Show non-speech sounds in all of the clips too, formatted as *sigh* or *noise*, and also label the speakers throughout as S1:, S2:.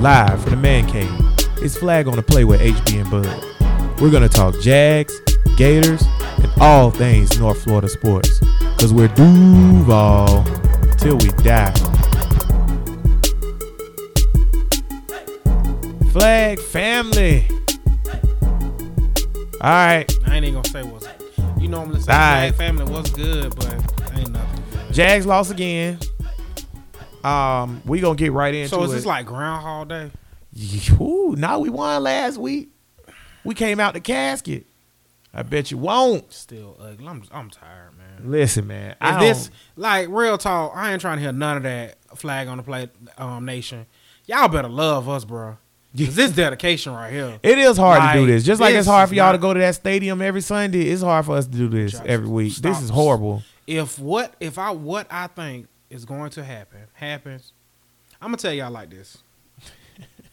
S1: live from the man cave. It's Flag on the Play with HB and Bud. We're going to talk Jags, Gators, and all things North Florida sports. Because we're Duval till we die. Flag family. All right.
S2: I ain't even gonna say what's you normally say
S1: Alright.
S2: Flag family was good, but ain't nothing.
S1: Jags lost again. Um, we gonna get right into
S2: So
S1: it.
S2: is this like Groundhog Day?
S1: Ooh, now we won last week. We came out the casket. I bet you won't.
S2: Still ugly. I'm I'm tired, man.
S1: Listen, man. I
S2: If this
S1: don't-
S2: like real talk, I ain't trying to hear none of that flag on the play um, nation. Y'all better love us,
S1: *laughs*
S2: bro. Cause this dedication right here.
S1: It is hard to do
S2: Like,
S1: this. Just like
S2: this
S1: it's hard for
S2: is
S1: y'all
S2: not-
S1: to go to that stadium every Sunday, it's hard for us to do this
S2: Just
S1: every week. This
S2: stop.
S1: is horrible.
S2: If what if I what I think is going to happen happens, I'm gonna tell y'all like this.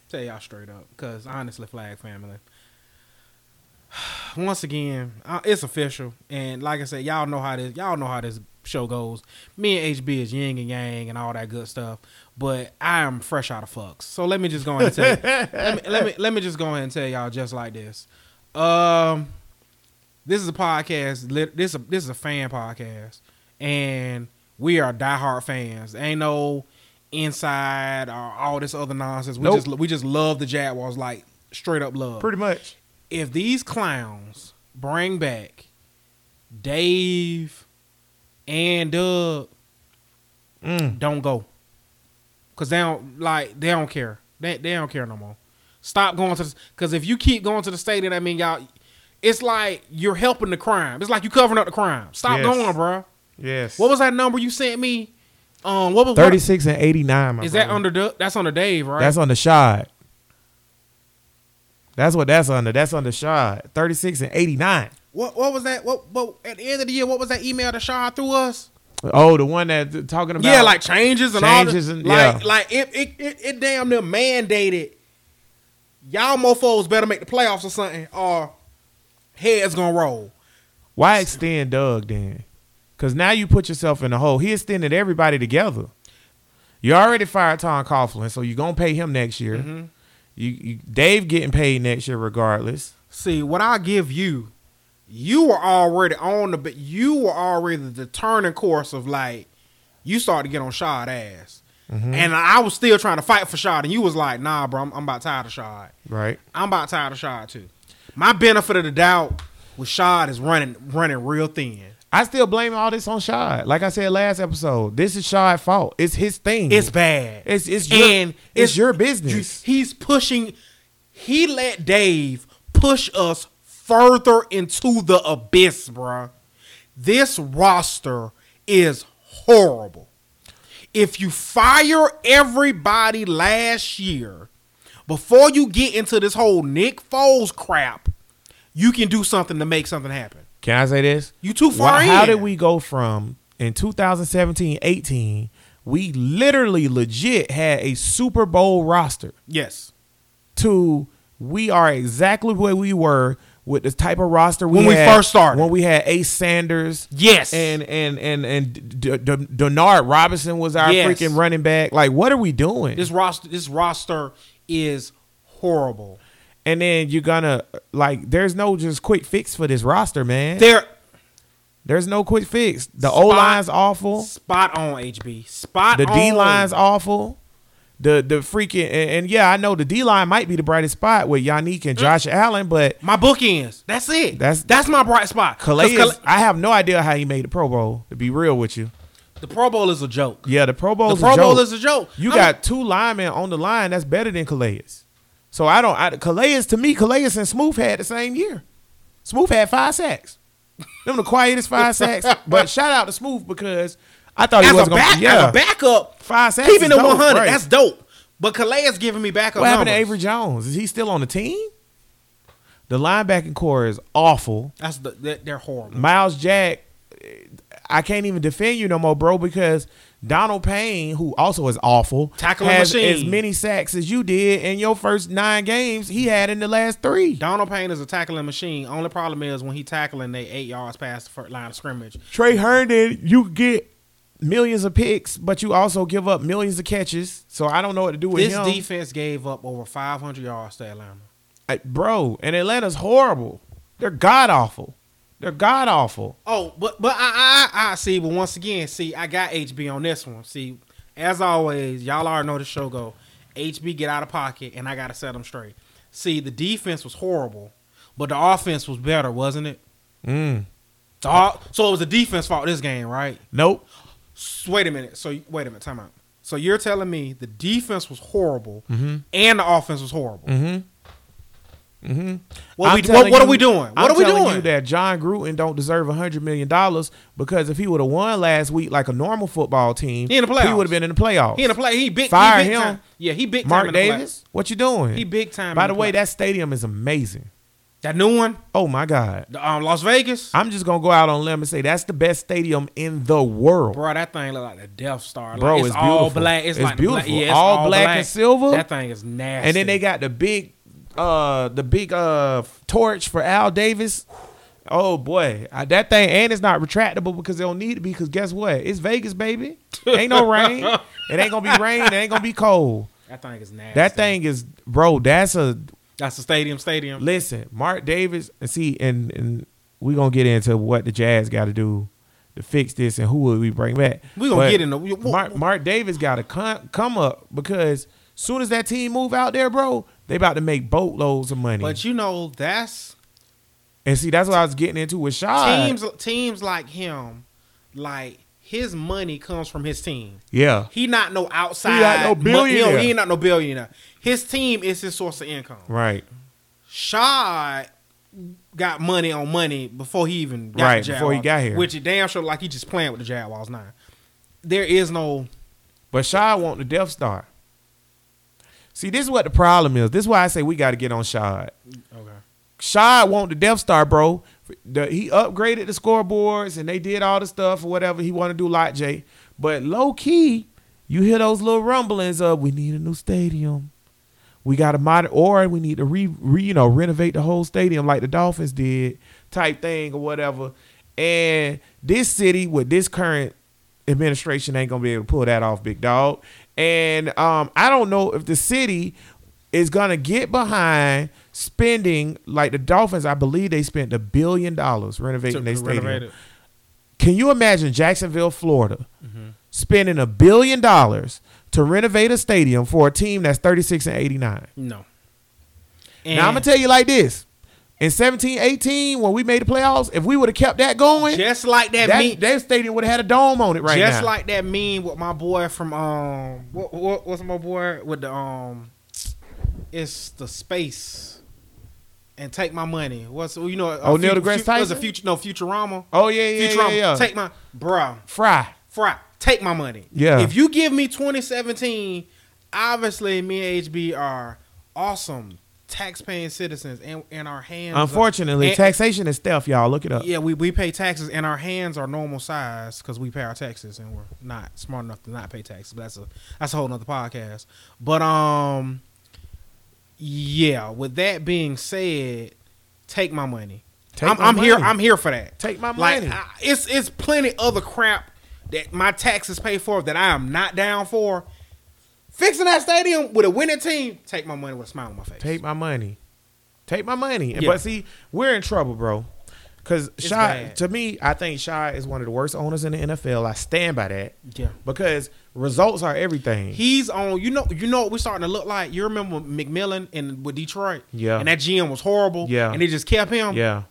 S2: tell y'all straight up, cause honestly, flag family. *sighs* Once again, uh, it's official, and like I said, y'all know how this y'all know how this show goes. Me and HB is yin and yang and all that good stuff, but I am fresh out of fucks. So let me just go ahead and tell let, me, let me let me just go ahead and tell y'all just like this. Um, this is a podcast. lit- This a, this is a fan podcast, and we are diehard fans. Ain't no inside or all this other nonsense. We
S1: Nope.
S2: just we just love the Jaguars like straight up love.
S1: Pretty much.
S2: If these clowns bring back Dave and Doug,
S1: Mm.
S2: don't go. Cause they don't like they don't care. They they don't care no more. Stop going to because if you keep going to the stadium, I mean y'all, it's like you're helping the crime. It's like you covering up the crime. Stop
S1: Yes.
S2: going, bro.
S1: Yes.
S2: What was that number you sent me? Um, what was what-
S1: thirty six and eighty nine?
S2: Is that under Doug? That's under Dave, right?
S1: That's on the shot. That's what that's under. That's on the shot. Thirty six and eighty nine.
S2: what what was that? What what at the end of the year? What was that email that Shaw threw us?
S1: Oh, the one that talking about.
S2: yeah, like changes and
S1: Changes
S2: all. The,
S1: and-
S2: like
S1: yeah.
S2: like it it, it it damn near mandated. Y'all mofo's better make the playoffs or something, or heads gonna roll.
S1: Why extend Doug then? Because now you put yourself in a hole. He extended everybody together. You already fired Tom Coughlin, so you're gonna pay him next year.
S2: Mm-hmm.
S1: You, you Dave getting paid next year regardless.
S2: See what I give you. You were already on the, but you were already the turning course of like you started to get on Shad ass,
S1: Mm-hmm.
S2: and I was still trying to fight for Shad, and you was like, nah, bro, I'm, I'm about tired of Shad.
S1: Right.
S2: I'm about tired of Shad too. My benefit of the doubt with Shad is running running real thin.
S1: I still blame all this on Shad. Like I said last episode, this is Shad's fault. It's his thing.
S2: It's bad.
S1: It's- it's your- it's your business.
S2: you- he's pushing. He let Dave push us further into the abyss, bruh. This roster is horrible. If you fire everybody last year, before you get into this whole Nick Foles crap, you can do something to make something happen.
S1: Can I say this?
S2: You too far
S1: Why- How
S2: in.
S1: did we go from in 2017 18? We literally legit had a Super Bowl roster.
S2: Yes.
S1: to we are exactly where we were with the type of roster we
S2: When we
S1: had-
S2: first started.
S1: When we had Ace Sanders,
S2: Yes.
S1: and and and and D- D- Denard Robinson was our
S2: Yes.
S1: freaking running back. Like, what are we doing?
S2: this roster this roster is horrible.
S1: and then you're gonna like, there's no just quick fix for this roster, man.
S2: They're
S1: there's no quick fix. The O line's awful.
S2: Spot on, HB. Spot
S1: The
S2: on.
S1: D line's awful. The the freaking and, and yeah, I know the D line might be the brightest spot with Yannick
S2: Mm.
S1: and Josh Allen, but
S2: My bookends. That's it.
S1: That's-
S2: That's that's my bright spot. 'Cause
S1: Calais,
S2: Calais-
S1: I have no idea how he made the Pro Bowl. To be real with you,
S2: the Pro Bowl is a joke.
S1: yeah, the Pro Bowl.
S2: The Pro Bowl is a joke.
S1: You
S2: I mean,
S1: got two linemen on the line. That's better than Calais. So I don't. I, Calais to me, Calais and Smooth had the same year. Smooth had five sacks. Them the quietest five
S2: *laughs*
S1: sacks. But shout out to Smooth because I thought he
S2: as
S1: was
S2: a
S1: gonna.
S2: back
S1: yeah.
S2: as a backup,
S1: Five sacks
S2: keeping
S1: is
S2: the
S1: dope,
S2: one hundred.
S1: right.
S2: That's dope. But Calais is giving me backup.
S1: What happened to
S2: numbers.
S1: Avery Jones? Is he still on the team? The linebacking core is awful.
S2: That's the they're, they're horrible.
S1: Miles Jack, I can't even defend you no more, bro, because Donald Payne, who also is awful,
S2: Tackling
S1: has
S2: machine.
S1: as many sacks as you did in your first nine games he had in the last three.
S2: Donald Payne is a tackling machine. Only problem is when he tackling, they eight yards past the first line of scrimmage.
S1: Trey Herndon, you get millions of picks, but you also give up millions of catches. So I don't know what to do with
S2: This
S1: him,
S2: defense gave up over 500 yards to Atlanta.
S1: I- bro. And Atlanta's horrible. They're god awful. They're god awful.
S2: Oh, but but I, I I I see. But once again, see, I got HB on this one. See, as always, y'all already know the show go. HB get out of pocket, and I gotta set them straight. See, the defense was horrible, but the offense was better, wasn't it?
S1: Mm.
S2: The o- so it was the defense fault this game, right?
S1: Nope.
S2: S- Wait a minute. So wait a minute. Time out. So you're telling me the defense was horrible and the offense was horrible?
S1: Mm-hmm. Mm-hmm.
S2: What,
S1: I'm
S2: we, what,
S1: telling
S2: what are
S1: you-
S2: we doing? What
S1: I'm
S2: are we
S1: telling
S2: doing?
S1: You that John Gruden don't deserve hundred million dollars because if he would have won last week like a normal football team,
S2: He in the
S1: He
S2: playoffs.
S1: would have been in the playoffs.
S2: He in the play. He big.
S1: Fire
S2: he big
S1: him.
S2: Time. Yeah, he big. time
S1: Mark
S2: in the play.
S1: Davis, what you doing?
S2: He big time.
S1: By
S2: in
S1: the way,
S2: play.
S1: that stadium is amazing.
S2: that new one,
S1: Oh my God.
S2: the, um, Las Vegas,
S1: I'm just gonna go out on a limb and say that's the best stadium in the world.
S2: bro. That thing look like the Death Star. Like,
S1: Bro,
S2: it's,
S1: it's
S2: all
S1: beautiful.
S2: black. It's,
S1: It's
S2: like the Black,
S1: beautiful.
S2: yeah, it's
S1: All black and silver.
S2: That thing is nasty.
S1: And then they got the big uh the big uh torch for Al Davis. Oh boy, I- that thing and it's not retractable because they don't need to be because guess what? It's Vegas, baby. Ain't no rain. It ain't gonna be rain. It ain't gonna be cold.
S2: that thing is nasty.
S1: That thing is, bro. That's a
S2: That's the stadium. Stadium.
S1: Listen, Mark Davis, and see, and and we gonna get into what the Jazz got to do to fix this, and who will we bring back?
S2: We gonna get into- we- we-
S1: Mark, Mark Davis got to come come up because soon as that team move out there, bro, they about to make boatloads of money.
S2: But you know that's
S1: and see, that's what I was getting into with Shai.
S2: teams. Teams like him, like his money comes from his team.
S1: yeah,
S2: He not no outside.
S1: no
S2: mon- you know,
S1: billionaire.
S2: he ain't not no billionaire. His team is his source of income.
S1: right,
S2: Shad got money on money before he even got
S1: Right,
S2: the
S1: before he
S2: Jaguars,
S1: got here.
S2: Which it damn sure like he just playing with the Jaguars now. There is no
S1: but Shai want the Death Star. See, this is what the problem is. This is why I say we got to get on Shai.
S2: okay.
S1: Shad want the Death Star, bro. The- he upgraded the scoreboards and they did all the stuff or whatever he want to do, like Jay. But low key, you hear those little rumblings of we need a new stadium, we got to mod or we need to re, re you know renovate the whole stadium like the Dolphins did, type thing or whatever. And this city with this current administration ain't gonna be able to pull that off, big dog. And um, I don't know if the city is gonna get behind spending like the Dolphins. I believe they spent a billion dollars renovating their stadium.
S2: renovated.
S1: Can you imagine Jacksonville, Florida,
S2: Mm-hmm.
S1: spending a billion dollars to renovate a stadium for a team that's thirty six and eighty nine?
S2: No. And
S1: Now I'm gonna tell you like this: in 17, 18, when we made the playoffs, if we would have kept that going,
S2: just like that,
S1: that,
S2: meme
S1: that stadium would have had a dome on it right
S2: just
S1: now.
S2: like that meme with my boy from um what, what what's my boy with the um it's the space and take my money. What's you know?
S1: Oh, Neil
S2: fut-
S1: deGrasse
S2: fut- Was a
S1: Tyson?
S2: future no Futurama.
S1: oh yeah, yeah, yeah,
S2: Futurama.
S1: yeah.
S2: Take my bruh.
S1: Fry.
S2: Fry, take my money.
S1: Yeah.
S2: If you give me 2017, obviously me and HB are awesome taxpaying citizens and, and our hands. are-
S1: Unfortunately,
S2: and-
S1: taxation is theft, y'all. Look it up.
S2: Yeah, we, we pay taxes and our hands are normal size because we pay our taxes and we're not smart enough to not pay taxes. But that's a that's a whole nother podcast. But um yeah, with that being said, take my money.
S1: Take
S2: I'm,
S1: my
S2: I'm here.
S1: money.
S2: I'm here for that.
S1: Take my
S2: Like,
S1: money.
S2: I- it's it's plenty other crap that my taxes pay for that I am not down for. Fixing that stadium with a winning team, take my money with a smile on my face.
S1: Take my money. Take my money. And
S2: Yeah.
S1: But see, we're in trouble, bro. Because Shy,
S2: bad.
S1: to me, I think Shy is one of the worst owners in the NFL. I stand by that.
S2: Yeah.
S1: Because results are everything.
S2: He's on. You know. You know what we're starting to look like. You remember McMillan and with Detroit.
S1: Yeah.
S2: And that GM was horrible.
S1: Yeah.
S2: And they just kept him.
S1: yeah.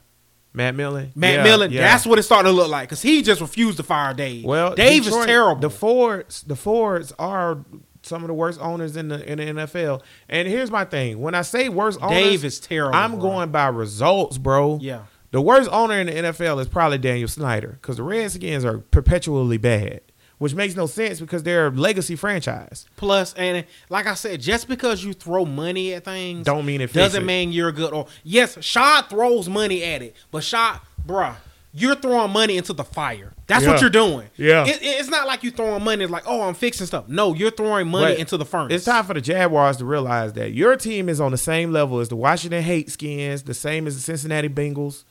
S1: Matt Millen.
S2: um, Matt
S1: Yeah,
S2: Millen.
S1: yeah.
S2: That's what it's starting to look like because he just refused to fire Dave.
S1: well.
S2: Dave
S1: Detroit-
S2: is terrible.
S1: The Fords, the Fords are some of the worst owners in the in the NFL. And here's my thing: when I say worst owners,
S2: Dave is terrible.
S1: I'm
S2: bro.
S1: going by results, bro.
S2: Yeah.
S1: The worst owner in the NFL is probably Daniel Snyder because the Redskins are perpetually bad, which makes no sense because they're a legacy franchise.
S2: Plus, and like I said, just because you throw money at things
S1: Don't mean it fix
S2: doesn't
S1: it.
S2: mean you're good. Or yes, Shad throws money at it, but Shad, bruh, you're throwing money into the fire. That's what
S1: Yeah.
S2: you're doing.
S1: Yeah.
S2: It- it- it's not like you throwing money like oh I'm fixing stuff. No, you're throwing money
S1: But
S2: into the furnace.
S1: It's time for the Jaguars to realize that your team is on the same level as the Washington Hate Skins, the same as the Cincinnati Bengals.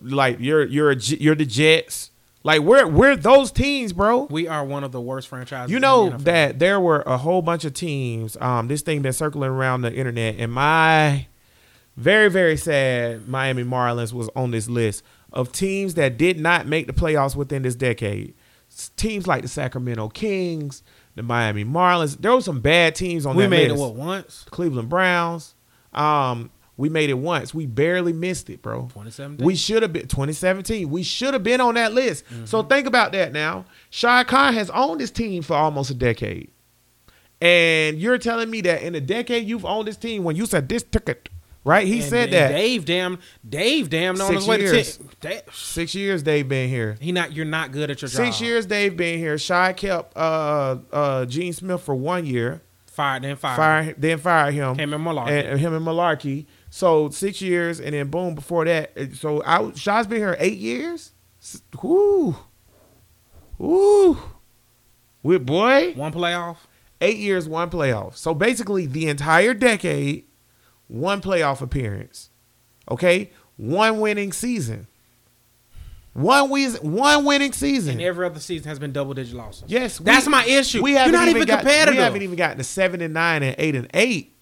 S1: Like you're you're a, J- you're the Jets. Like we're we're those teams, bro.
S2: We are one of the worst franchises.
S1: You
S2: in
S1: know
S2: the NFL.
S1: that there were a whole bunch of teams. Um, this thing that's circling around the internet, and my very very sad Miami Marlins was on this list of teams that did not make the playoffs within this decade. S- Teams like the Sacramento Kings, the Miami Marlins. There were some bad teams on
S2: we
S1: that
S2: made
S1: list.
S2: it what once?
S1: Cleveland Browns. Um, we made it once. We barely missed it, bro.
S2: 2017?
S1: We should have been 2017. We should have been on that list. So think about that now. Shah Khan has owned this team for almost a decade. And you're telling me that in a decade you've owned this team when you said this ticket, right? He
S2: And-
S1: said
S2: and
S1: that.
S2: Dave damn Dave damn on
S1: Six
S2: his way to
S1: years.
S2: ten. Da-
S1: Six years they've been here.
S2: He not you're not good at your job.
S1: Six years they've been here. Shy kept uh uh Gene Smith for one year.
S2: Fired then fired.
S1: fire then fire him.
S2: Him and Malarkey.
S1: And, and him and Malarkey. So six years, and then boom. Before that, uh, so I Shaw's been here eight years. S- Woo, woo, with boy
S2: One playoff.
S1: eight years, one playoff. So basically, the entire decade, one playoff appearance. Okay, one winning season. One win, one winning season.
S2: And every other season has been double digit losses.
S1: Yes, we-
S2: That's my issue.
S1: We
S2: you're
S1: haven't
S2: not even,
S1: got,
S2: competitive.
S1: We haven't even gotten to seven and nine and eight and eight.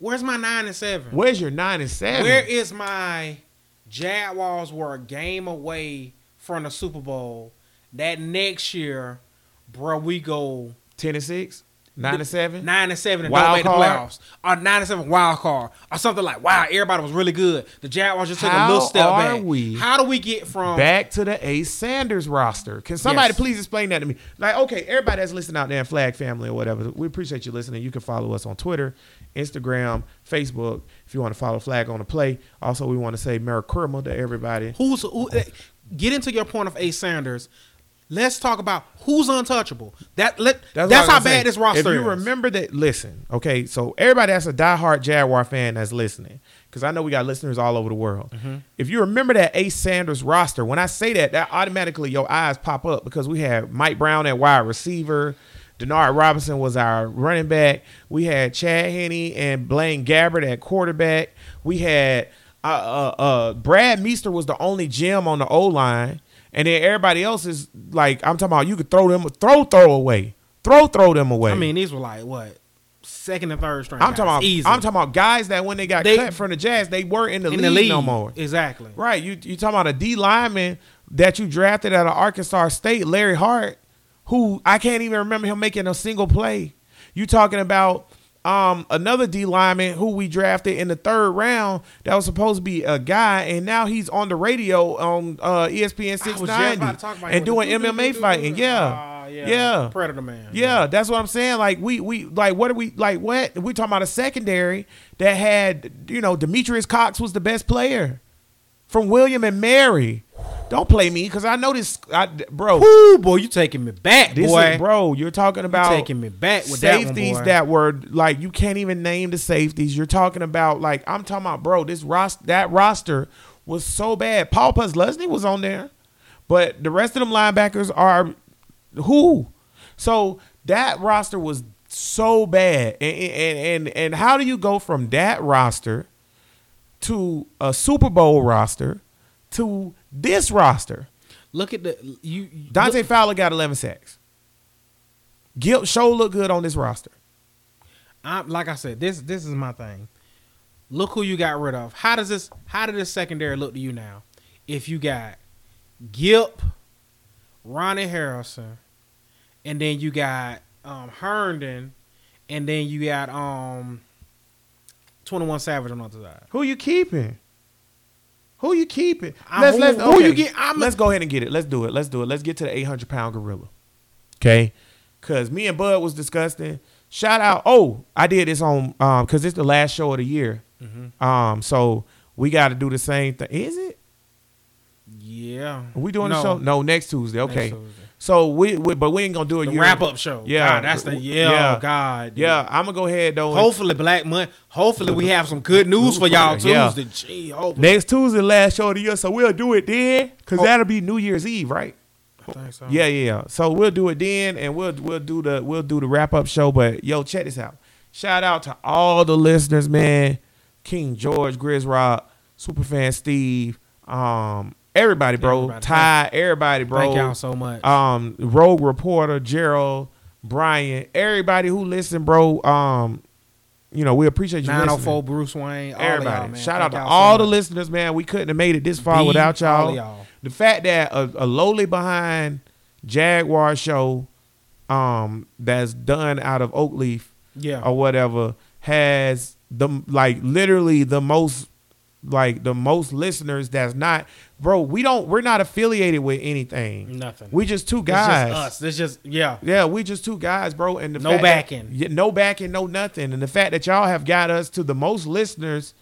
S2: Where's my nine and seven?
S1: Where's your nine and seven?
S2: Where is my Jaguars were a game away from the Super Bowl? That next year, bro, we go
S1: ten and six, nine and seven.
S2: nine and seven and
S1: Wild
S2: don't make the
S1: card?
S2: playoffs, or nine and seven wild card, or something like wow, everybody was really good. The Jaguars just took
S1: How
S2: a little step
S1: are
S2: back.
S1: we
S2: How do we get from
S1: Back to the Ace Sanders roster. Can somebody
S2: Yes.
S1: please explain that to me? Like, okay, everybody that's listening out there in Flag Family or whatever, we appreciate you listening. You can follow us on Twitter, Instagram, Facebook. If you want to follow Flag on the play, also we want to say Merry Christmas to everybody.
S2: Who's who? eh, Get into your point of Ace Sanders. Let's talk about who's untouchable. That let that's,
S1: what
S2: how
S1: I'm saying.
S2: bad this roster
S1: If you
S2: is.
S1: remember that, listen, okay, so everybody that's a diehard Jaguar fan that's listening, because I know we got listeners all over the world.
S2: Mm-hmm.
S1: If you remember that Ace Sanders roster, when I say that, that automatically your eyes pop up because we had Mike Brown at wide receiver. Denard Robinson was our running back. We had Chad Henney and Blaine Gabbert at quarterback. We had uh, uh, uh, Brad Meester was the only gem on the O line, and then everybody else is like I'm talking about. You could throw them, throw, throw away, throw, throw them away.
S2: I mean, these were like what second and third string.
S1: I'm
S2: guys.
S1: talking about
S2: easy.
S1: I'm talking about guys that when they got
S2: They-
S1: cut from the Jazz, they weren't in the,
S2: in
S1: league,
S2: the league
S1: no more.
S2: Exactly.
S1: Right. You you talking about a D lineman that you drafted out of Arkansas State, Larry Hart, who I can't even remember him making a single play. You talking about um, another D lineman who we drafted in the third round that was supposed to be a guy, and now he's on the radio on uh, ESPN
S2: I was just about to
S1: 690
S2: talk about
S1: and
S2: you with
S1: doing
S2: the do- do- do- do-
S1: MMA
S2: do-
S1: fighting.
S2: do-
S1: Yeah.
S2: Ah,
S1: yeah.
S2: Predator man.
S1: Yeah, that's what I'm saying. Like we we like what are we like what we talking about a secondary that had you know Demetrius Cox was the best player from William and Mary. Don't play me because I know this, I, bro.
S2: Ooh, boy, you taking me back,
S1: This
S2: boy.
S1: is, bro. You're talking about
S2: taking me back with that one,
S1: safeties
S2: boy.
S1: that were like you can't even name the safeties. You're talking about like I'm talking about, bro. This roster, that roster was so bad. Paul Puzlesny was on there, but the rest of them linebackers are who? So that roster was so bad, and and and, and how do you go from that roster? to a Super Bowl roster to this roster.
S2: Look at the you. you-
S1: Dante
S2: look-
S1: Fowler got 11 sacks. Gilt show look good on this roster.
S2: I'm, like I said, this this is my thing. Look who you got rid of. How does this? How did this secondary look to you now? If you got Gip, Ronnie Harrison, and then you got um, Herndon, and then you got um, Twenty One Savage on the other side.
S1: Who you keeping? Who you keeping?
S2: I'm- who- who you get- I'm-
S1: let's go ahead and get it. Let's do it. Let's do it. Let's get to the 800 pound gorilla. Okay. Cause me and Bud was discussing. Shout out. Oh, I did this on um because it's the last show of the year. Um, so we gotta do the same thing. Is it?
S2: Yeah,
S1: Are we doing
S2: no,
S1: the show? No, next Tuesday. Okay.
S2: Tuesday.
S1: So we, we but we ain't gonna do it.
S2: The wrap up show.
S1: Yeah.
S2: God, that's the yeah,
S1: Yeah.
S2: oh, God. dude.
S1: Yeah, I'm gonna go ahead though. and-
S2: Hopefully, Black Month. Hopefully, we have some good news for y'all Tuesday.
S1: Yeah.
S2: Gee, hopefully.
S1: Next Tuesday, last show of the year, so we'll do it then, cause
S2: Oh. Uh-huh.
S1: that'll be New Year's Eve, right?
S2: I think so.
S1: Yeah, yeah. yeah. So we'll do it then, and we'll we'll do the we'll do the wrap up show. But yo, check this out. Shout out to all the listeners, man. King George, Grizz Rock, Superfan Steve, um, Everybody, bro.
S2: Everybody.
S1: Ty, everybody, bro.
S2: Thank y'all so much.
S1: um Rogue Reporter, Gerald, Brian, everybody who listen, bro. Um, you know, we appreciate you.
S2: Nine oh four
S1: Listening.
S2: Bruce Wayne. all of
S1: Everybody.
S2: y'all, man.
S1: Shout
S2: Thank
S1: out to
S2: y'all so
S1: all the
S2: much.
S1: listeners, man. We couldn't have made it this far
S2: Be
S1: without
S2: all
S1: y'all.
S2: of y'all.
S1: The fact that a, a lowly behind Jaguar show um that's done out of Oak Leaf
S2: Yeah.
S1: or whatever has the like literally the most like the most listeners that's not bro we don't we're not affiliated with anything
S2: Nothing.
S1: we just two
S2: It's just
S1: guys
S2: us. It's just yeah.
S1: yeah we just two guys bro and the
S2: No
S1: fact that-
S2: backing.
S1: yeah, no backing no nothing and the fact that y'all have got us to the most listeners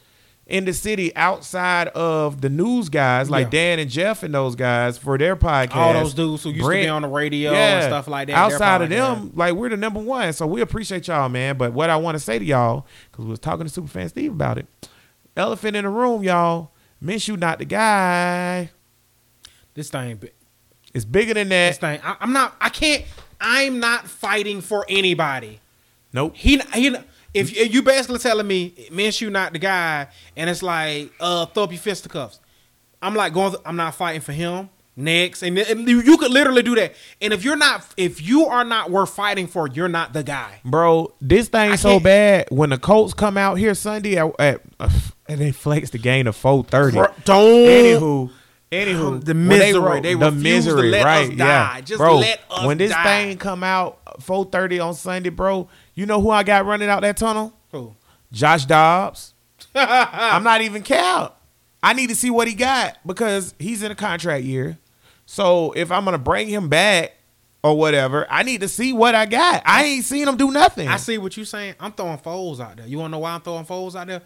S1: in the city outside of the news guys like
S2: Yeah.
S1: Dan and Jeff and those guys for their podcast
S2: All those dudes who used to be
S1: Brent.
S2: on the radio and stuff like that. their
S1: Outside of
S2: podcast.
S1: them, like we're the number one, so we appreciate y'all, man. But what I want to say to y'all, because we was talking to Superfan Steve about it, elephant in the room, y'all. Minshew not the guy.
S2: this thing, bi-
S1: It's bigger than that.
S2: this thing. I, I'm not. I can't. I'm not fighting for anybody.
S1: nope.
S2: He he. If you- you basically telling me Minshew not the guy, and it's like uh, throw up your fisticuffs. I'm like going. th- I'm not fighting for him. Next, and, and you you could literally do that. And if you're not, if you are not worth fighting for, you're not the guy.
S1: Bro, this thing
S2: I
S1: so
S2: can't-
S1: bad. When the Colts come out here Sunday at, at *sighs* and they flex the game to four thirty.
S2: Bro, don't.
S1: Anywho, anywho,
S2: The
S1: when
S2: misery.
S1: wrote-
S2: They refuse to let us die. Just
S1: bro,
S2: let us
S1: when this
S2: die.
S1: thing come out four thirty on Sunday, bro, you know who I got running out that tunnel?
S2: Cool.
S1: Josh
S2: *laughs*
S1: Dobbs. I'm not even count. I need to see what he got because he's in a contract year. So if I'm gonna bring him back or whatever, I need to see what I got. I ain't seen him do nothing.
S2: I see what you're saying. I'm throwing foes out there. You want to know why I'm throwing foes out there?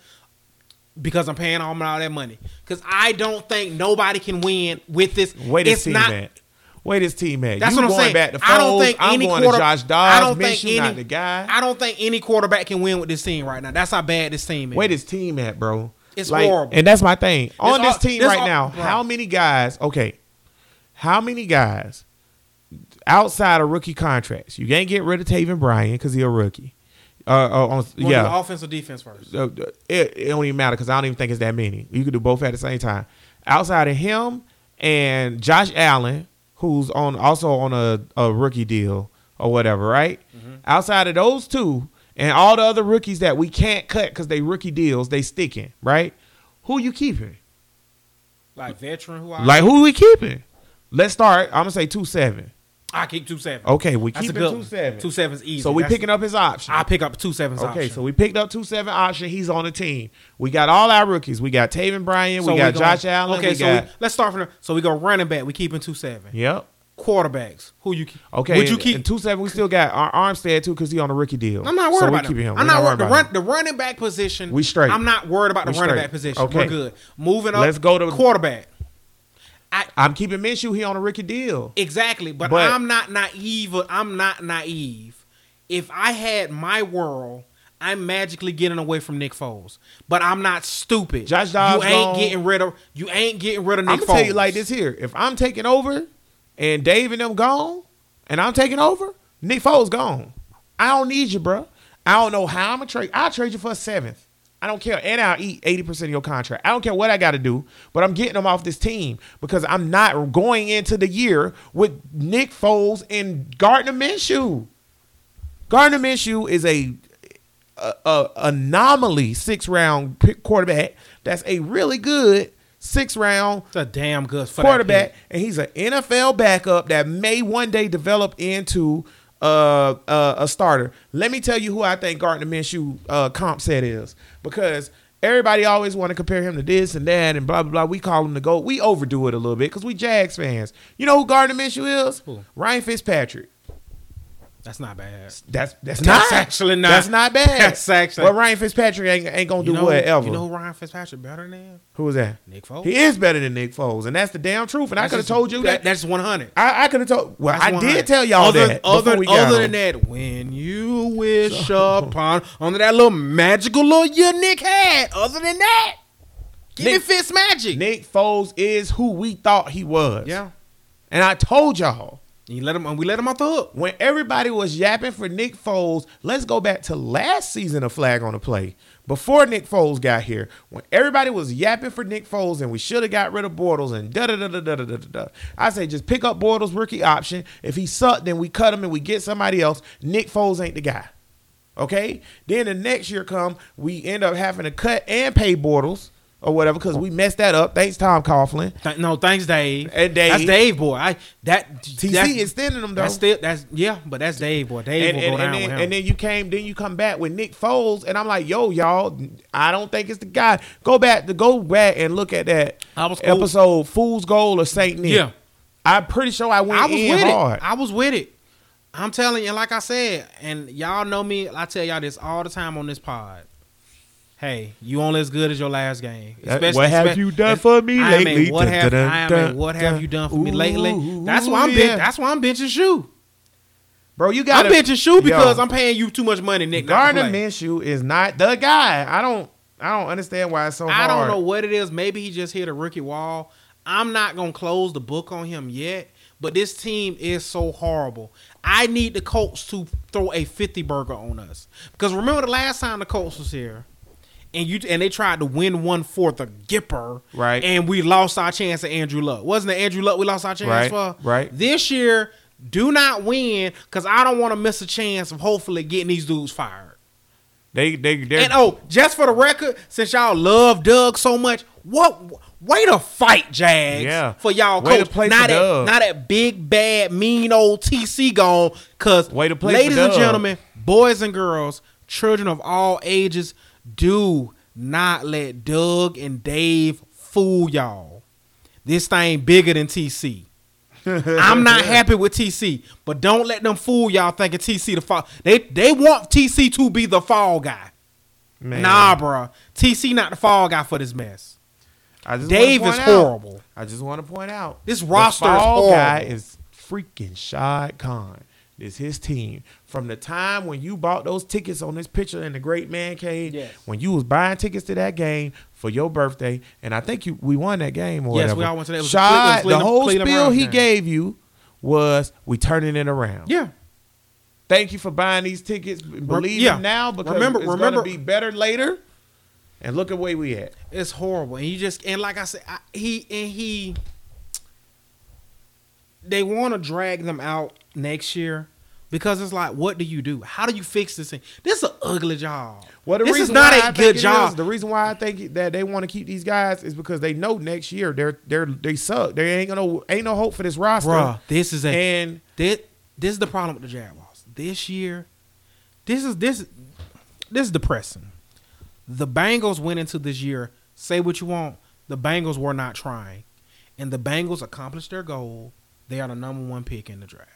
S2: Because I'm paying all, all that money. Because I don't think nobody can win with this.
S1: Where this
S2: It's
S1: team
S2: not-
S1: at? Where this team at?
S2: That's
S1: you
S2: what I'm
S1: going
S2: saying.
S1: back to
S2: I don't
S1: Foles.
S2: think
S1: I'm
S2: any
S1: going
S2: quarter,
S1: to Josh Dobbs.
S2: I don't think
S1: Minshew
S2: any,
S1: not the guy.
S2: I don't think any quarterback can win with this team right now. That's how bad this team is.
S1: Where this team at, bro?
S2: It's horrible.
S1: And that's my thing. On this
S2: all-
S1: team
S2: this
S1: right
S2: all-
S1: now,
S2: bro.
S1: how many guys, okay, how many guys outside of rookie contracts? You can't get rid of Taven Bryan because he's a rookie. Uh, uh, on,
S2: You wanna do
S1: yeah.
S2: offense or defense first.
S1: Uh, it, it don't even matter because I don't even think it's that many. You could do both at the same time. Outside of him and Josh Allen, who's on also on a, a rookie deal or whatever, right?
S2: Mm-hmm.
S1: Outside of those two and all the other rookies that we can't cut because they rookie deals, they sticking, right? Who you keeping?
S2: Like veteran who I
S1: Like who we keeping? Let's start. I'm gonna say two seven.
S2: I keep two seven.
S1: Okay, we
S2: That's a
S1: keeping
S2: good
S1: Oh, two seven.
S2: Two seven's easy.
S1: So we
S2: That's-
S1: picking up his option.
S2: I pick up two sevens.
S1: Okay,
S2: option.
S1: so we picked up two seven option. He's on the team. We got all our rookies. We got Taven Bryan.
S2: So
S1: we got
S2: gonna-
S1: Josh Allen.
S2: Okay,
S1: we
S2: so
S1: got
S2: we- let's start from there. So we go running back. We keeping two seven.
S1: yep.
S2: quarterbacks. Who you keep?
S1: Okay,
S2: Would you
S1: and-
S2: keep?
S1: and two seven? We still got our Armstead too because he on a rookie deal.
S2: I'm not worried
S1: so
S2: about
S1: we
S2: him.
S1: keeping him.
S2: I'm
S1: We're
S2: not worried. The,
S1: about
S2: run, the running back position.
S1: We straight.
S2: I'm not worried about the
S1: We
S2: running
S1: straight.
S2: back position.
S1: Okay.
S2: We're good. Moving on.
S1: Let's go to-
S2: quarterback.
S1: him. I'm keeping Minshew. He on a rookie deal.
S2: Exactly, but,
S1: But-
S2: I'm not naive. I'm not naive. If I had my world, I'm magically getting away from Nick Foles. But I'm not stupid.
S1: Josh Dobbs
S2: you ain't
S1: gone.
S2: getting rid of. You ain't getting rid of Nick
S1: I'm gonna
S2: Foles.
S1: tell you like this here. If I'm taking over, and Dave and them gone, and I'm taking over, Nick Foles gone. I don't need you, bruh. I don't know how I'm gonna trade. I'll trade you for a seventh. I don't care, and I'll eat eighty percent of your contract. I don't care what I got to do, but I'm getting them off this team because I'm not going into the year with Nick Foles and Gardner Minshew. Gardner Minshew is a, a, a anomaly six round pick quarterback. That's a really good six round
S2: It's a damn good for that
S1: quarterback,
S2: pick.
S1: and he's an NFL backup that may one day develop into uh, uh, a starter. Let me tell you who I think Gardner Minshew uh, comp set is because everybody always want to compare him to this and that and blah blah blah. We call him the goat. We overdo it a little bit because we Jags fans. You know who Gardner Minshew is?
S2: Who?
S1: Ryan Fitzpatrick.
S2: That's not bad.
S1: That's that's,
S2: That's
S1: not
S2: actually not-
S1: that's not bad.
S2: *laughs* that's actually-
S1: But Ryan Fitzpatrick ain't, ain't gonna do
S2: you know,
S1: whatever.
S2: You know who Ryan Fitzpatrick better than?
S1: who is that?
S2: Nick Foles.
S1: He is better than Nick Foles, and that's the damn truth. And I
S2: That's
S1: could have
S2: just-
S1: told you that.
S2: That's 100.
S1: I, I could have told. Well,
S2: That's
S1: I
S2: 100.
S1: did tell y'all
S2: other,
S1: that.
S2: Other,
S1: before we got
S2: other
S1: on.
S2: than that, when you
S1: *laughs*
S2: wish upon under that little magical little your Nick had. Other than that, give
S1: Nick-
S2: me Fitz magic.
S1: Nick Foles is who we thought he was.
S2: Yeah,
S1: and I told y'all
S2: and you let him. and We let him off the hook.
S1: when everybody was yapping for Nick Foles. Let's go back to last season of flag on the play before Nick Foles got here, when everybody was yapping for Nick Foles and we should have got rid of Bortles and da da da da da da da da. I say just pick up Bortles rookie option. If he sucked, then we cut him and we get somebody else. Nick Foles ain't the guy. Okay? Then the next year come, we end up having to cut and pay Bortles or whatever because we messed that up. Thanks, Tom Coughlin.
S2: Th- no, thanks, Dave.
S1: And Dave.
S2: That's Dave boy. I that
S1: TC
S2: that,
S1: extended him though.
S2: That's still that's yeah, but that's Dave boy.
S1: and,
S2: Dave will
S1: and,
S2: go down
S1: and,
S2: with
S1: then,
S2: him.
S1: and then you came, then you come back with Nick Foles, and I'm like, yo, y'all, I don't think it's the guy. Go back to go back and look at that
S2: I was cool.
S1: episode Fool's Gold or Saint Nick.
S2: Yeah.
S1: I'm pretty sure I went
S2: I was
S1: in
S2: with
S1: hard.
S2: it. I was with it. I'm telling you, like I said, and y'all know me. I tell y'all this all the time on this pod. Hey, you only as good as your last game.
S1: That- what have
S2: espe-
S1: you done
S2: es-
S1: for me
S2: I
S1: lately?
S2: Mean, what have,
S1: Dun,
S2: I
S1: dun,
S2: mean, what have
S1: dun.
S2: you done for me
S1: Ooh,
S2: lately? That's why I'm.
S1: yeah.
S2: ben- that's why I'm benching shoe.
S1: bro. You got
S2: I'm
S1: to
S2: benching shoe because I'm paying you too much money, Nick. not to
S1: Gardner
S2: play.
S1: Minshew is not the guy. I don't. I don't understand why it's so
S2: I
S1: hard.
S2: don't know what it is. Maybe he just hit a rookie wall. I'm not gonna close the book on him yet. But this team is so horrible. I need the Colts to throw a 50 burger on us. Because remember the last time the Colts was here, and you and they tried to win one fourth of Gipper,
S1: Right.
S2: And we lost our chance at Andrew Luck. Wasn't it Andrew Luck we lost our chance
S1: Right,
S2: for?
S1: right.
S2: This year, do not win because I don't want to miss a chance of hopefully getting these dudes fired.
S1: They they they
S2: And oh, just for the record, since y'all love Doug so much, what way to fight, Jags?
S1: Yeah.
S2: for y'all
S1: Way to
S2: coach.
S1: play for
S2: not that,
S1: Doug.
S2: not that big bad mean old TC gone. Cause
S1: Way to play for
S2: ladies and
S1: Doug.
S2: gentlemen, boys and girls, children of all ages, do not let Doug and Dave fool y'all. This thing bigger
S1: *laughs*
S2: than TC. I'm not happy with TC, but don't let them fool y'all thinking TC the fall. They they want TC to be the fall guy.
S1: man,
S2: Nah, bruh. TC not the fall guy for this mess.
S1: I just wanna
S2: Dave
S1: point
S2: is
S1: out-
S2: horrible.
S1: I just want to point out
S2: This roster
S1: the
S2: is
S1: fall
S2: horrible.
S1: guy is freaking Shad Khan. It's his team. From the time when you bought those tickets on this picture in the Great Man Cave,
S2: Yes.
S1: when you was buying tickets to that game for your birthday, and I think you we won that game or
S2: Yes,
S1: whatever.
S2: we all went to that. It was a Cle- it was
S1: Shad, the
S2: Cleveland-
S1: whole
S2: Cleveland
S1: spiel
S2: Browns
S1: he
S2: game.
S1: gave you was we turning it around.
S2: Yeah.
S1: Thank you for buying these tickets. Believe
S2: yeah.
S1: him now because
S2: Remember-
S1: it's
S2: remember-
S1: gonna be better later. And look at where we at.
S2: It's horrible. And you just and like I said, I, he and he they want to drag them out next year because it's like, what do you do? How do you fix this thing? This is an ugly job.
S1: Well, the
S2: this
S1: reason
S2: is not
S1: why
S2: a
S1: I think
S2: good
S1: it is-
S2: job.
S1: the reason why I think that they want to keep these guys is because they know next year they're they're they suck. There ain't no ain't no hope for this roster.
S2: Bruh, this is a
S1: and
S2: this, this is the problem with the Jaguars this year. This is this this is depressing. The Bengals went into this year. Say what you want. The Bengals were not trying, and the Bengals accomplished their goal. They are the number one pick in the draft.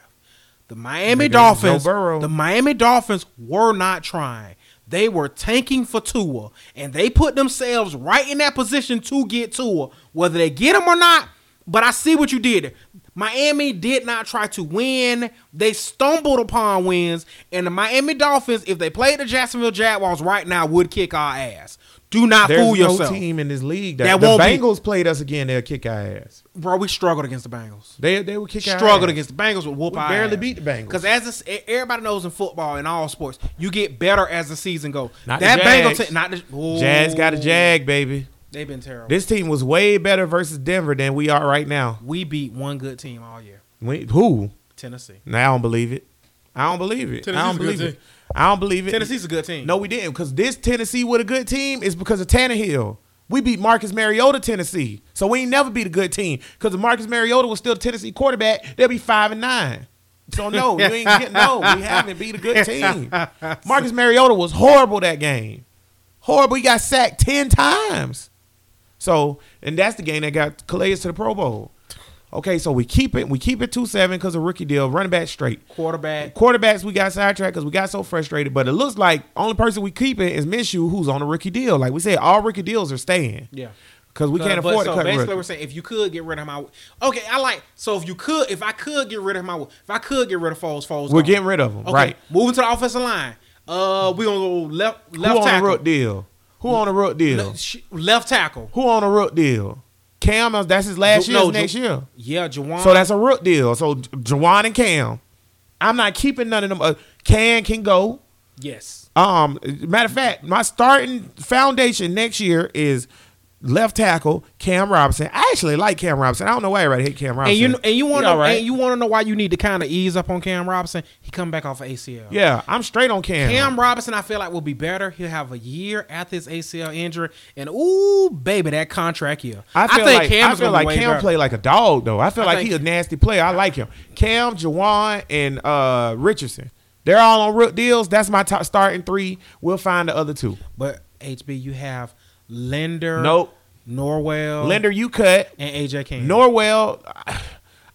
S2: The Miami
S1: Nigga,
S2: Dolphins.
S1: Joe Burrow.
S2: The Miami Dolphins were not trying. They were tanking for Tua, and they put themselves right in that position to get Tua, whether they get him or not. But I see what you did. Miami did not try to win. They stumbled upon wins, and the Miami Dolphins, if they played the Jacksonville Jaguars right now, would kick our ass. Do not
S1: there's
S2: fool
S1: no
S2: yourself,
S1: team in this league that,
S2: That
S1: the
S2: won't be-
S1: Bengals played us again. They'll kick our ass.
S2: bro. We struggled against the Bengals.
S1: They they would kick our
S2: struggled
S1: ass.
S2: against the Bengals with whoop.
S1: We
S2: our
S1: barely
S2: ass.
S1: beat the Bengals.
S2: because as this, everybody knows in football and all sports, you get better as the season goes.
S1: Not
S2: that
S1: the
S2: Bengals,
S1: Jags.
S2: team, not the ooh,
S1: Jazz got a jag, baby.
S2: They've been terrible.
S1: This team was way better versus Denver than we are right now.
S2: we beat one good team all year,
S1: We, who?
S2: Tennessee.
S1: Now I don't believe it. I don't believe it. I
S2: Tennessee's
S1: don't
S2: a good
S1: believe it.
S2: team.
S1: I don't believe it.
S2: Tennessee's a good team.
S1: No, we didn't. Because this Tennessee with a good team is because of Tannehill. We beat Marcus Mariota, Tennessee. So we ain't never beat a good team. Because if Marcus Mariota was still Tennessee quarterback, they'll be five and nine. So no, you ain't get no, we haven't beat a good team. Marcus Mariota was horrible that game. Horrible. He got sacked ten times. So, and that's the game that got Calais to the Pro Bowl. Okay, so we keep it, we keep it two seven because of rookie deal, running back straight.
S2: quarterback.
S1: Quarterbacks, we got sidetracked because we got so frustrated. But it looks like only person we keeping is Minshew, who's on a rookie deal. Like we said, all rookie deals are staying.
S2: Yeah.
S1: because we can't
S2: uh, But-
S1: afford
S2: so
S1: to cut
S2: basically,
S1: rookie.
S2: we're saying if you could get rid of him, I would. Okay, I like. So if you could, if I could get rid of him, I would. If I could get rid of Foles, Foles.
S1: We're
S2: gone.
S1: getting rid of him,
S2: Okay,
S1: right?
S2: Moving to the offensive line. Uh, we gonna go left
S1: Who
S2: left
S1: on a
S2: tackle.
S1: rook deal? Who on a rook deal?
S2: Le- sh- left tackle.
S1: Who on a rook deal? Cam, uh, that's his last
S2: Ju-
S1: year.
S2: no,
S1: it's next
S2: Ju-
S1: year,
S2: Yeah, Jawan.
S1: so that's a rook deal. So J- Jawan and Cam, I'm not keeping none of them. Uh, Can can go.
S2: Yes.
S1: Um, matter of fact, my starting foundation next year is left tackle Cam Robinson. I actually like Cam Robinson. I don't know why everybody hate Cam Robinson.
S2: And you kn- and you want
S1: He
S2: to
S1: all right.
S2: and you want to know why you need to kind of ease up on Cam Robinson? He come back off of ACL.
S1: yeah, I'm straight on Cam.
S2: Cam Robinson, I feel like will be better. He'll have a year after his ACL injury, and ooh, baby, that contract year.
S1: I feel like I
S2: Cam's
S1: feel
S2: gonna be
S1: like
S2: way
S1: Cam
S2: better.
S1: play like a dog though. I feel
S2: I
S1: like
S2: think-
S1: he's a nasty player. I like him. Cam, Jawan, and uh, Richardson. They're all on rook deals. That's my top starting three. We'll find the other two.
S2: But HB, you have Linder,
S1: Nope.
S2: Norwell,
S1: Lender, you cut.
S2: and AJ King.
S1: Norwell,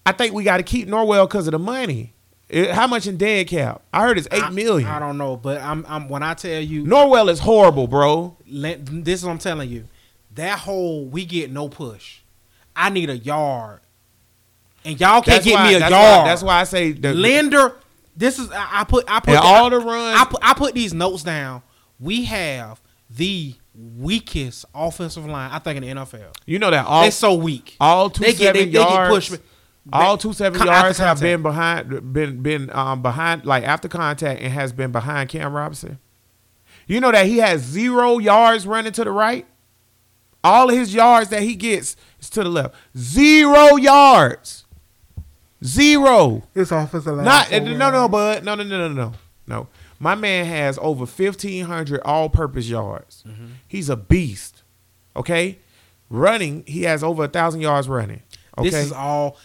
S1: I think we got to keep Norwell because of the money. It- how much in dead cap? I heard it's eight
S2: I-
S1: million.
S2: I, don't know, but I'm, I'm when I tell you,
S1: Norwell is horrible, bro.
S2: Lin- this is what I'm telling you. That whole we get no push. I need a yard, and y'all can't
S1: That's
S2: get
S1: why-
S2: me a
S1: that's
S2: yard.
S1: Why, that's why I say the
S2: Linder, this is I, I put I put
S1: And
S2: the-
S1: all the runs-
S2: I put I put these notes down. We have the weakest offensive line I think in the NFL.
S1: You know that all
S2: They're so weak.
S1: all two
S2: They get-
S1: seven
S2: they- they get
S1: yards.
S2: pushed
S1: all
S2: back-
S1: two seven
S2: con- after
S1: yards have
S2: contact.
S1: been behind, been been um, behind, like after contact, and has been behind Cam Robinson. You know that he has zero yards running to the right. All of his yards that he gets is to the left. Zero yards. Zero.
S2: This offensive line.
S1: Not uh, no no bud no no no no no no. My man has over fifteen hundred all-purpose yards.
S2: Mm-hmm.
S1: He's a beast. Okay, running he has over a thousand yards running. Okay,
S2: This is all.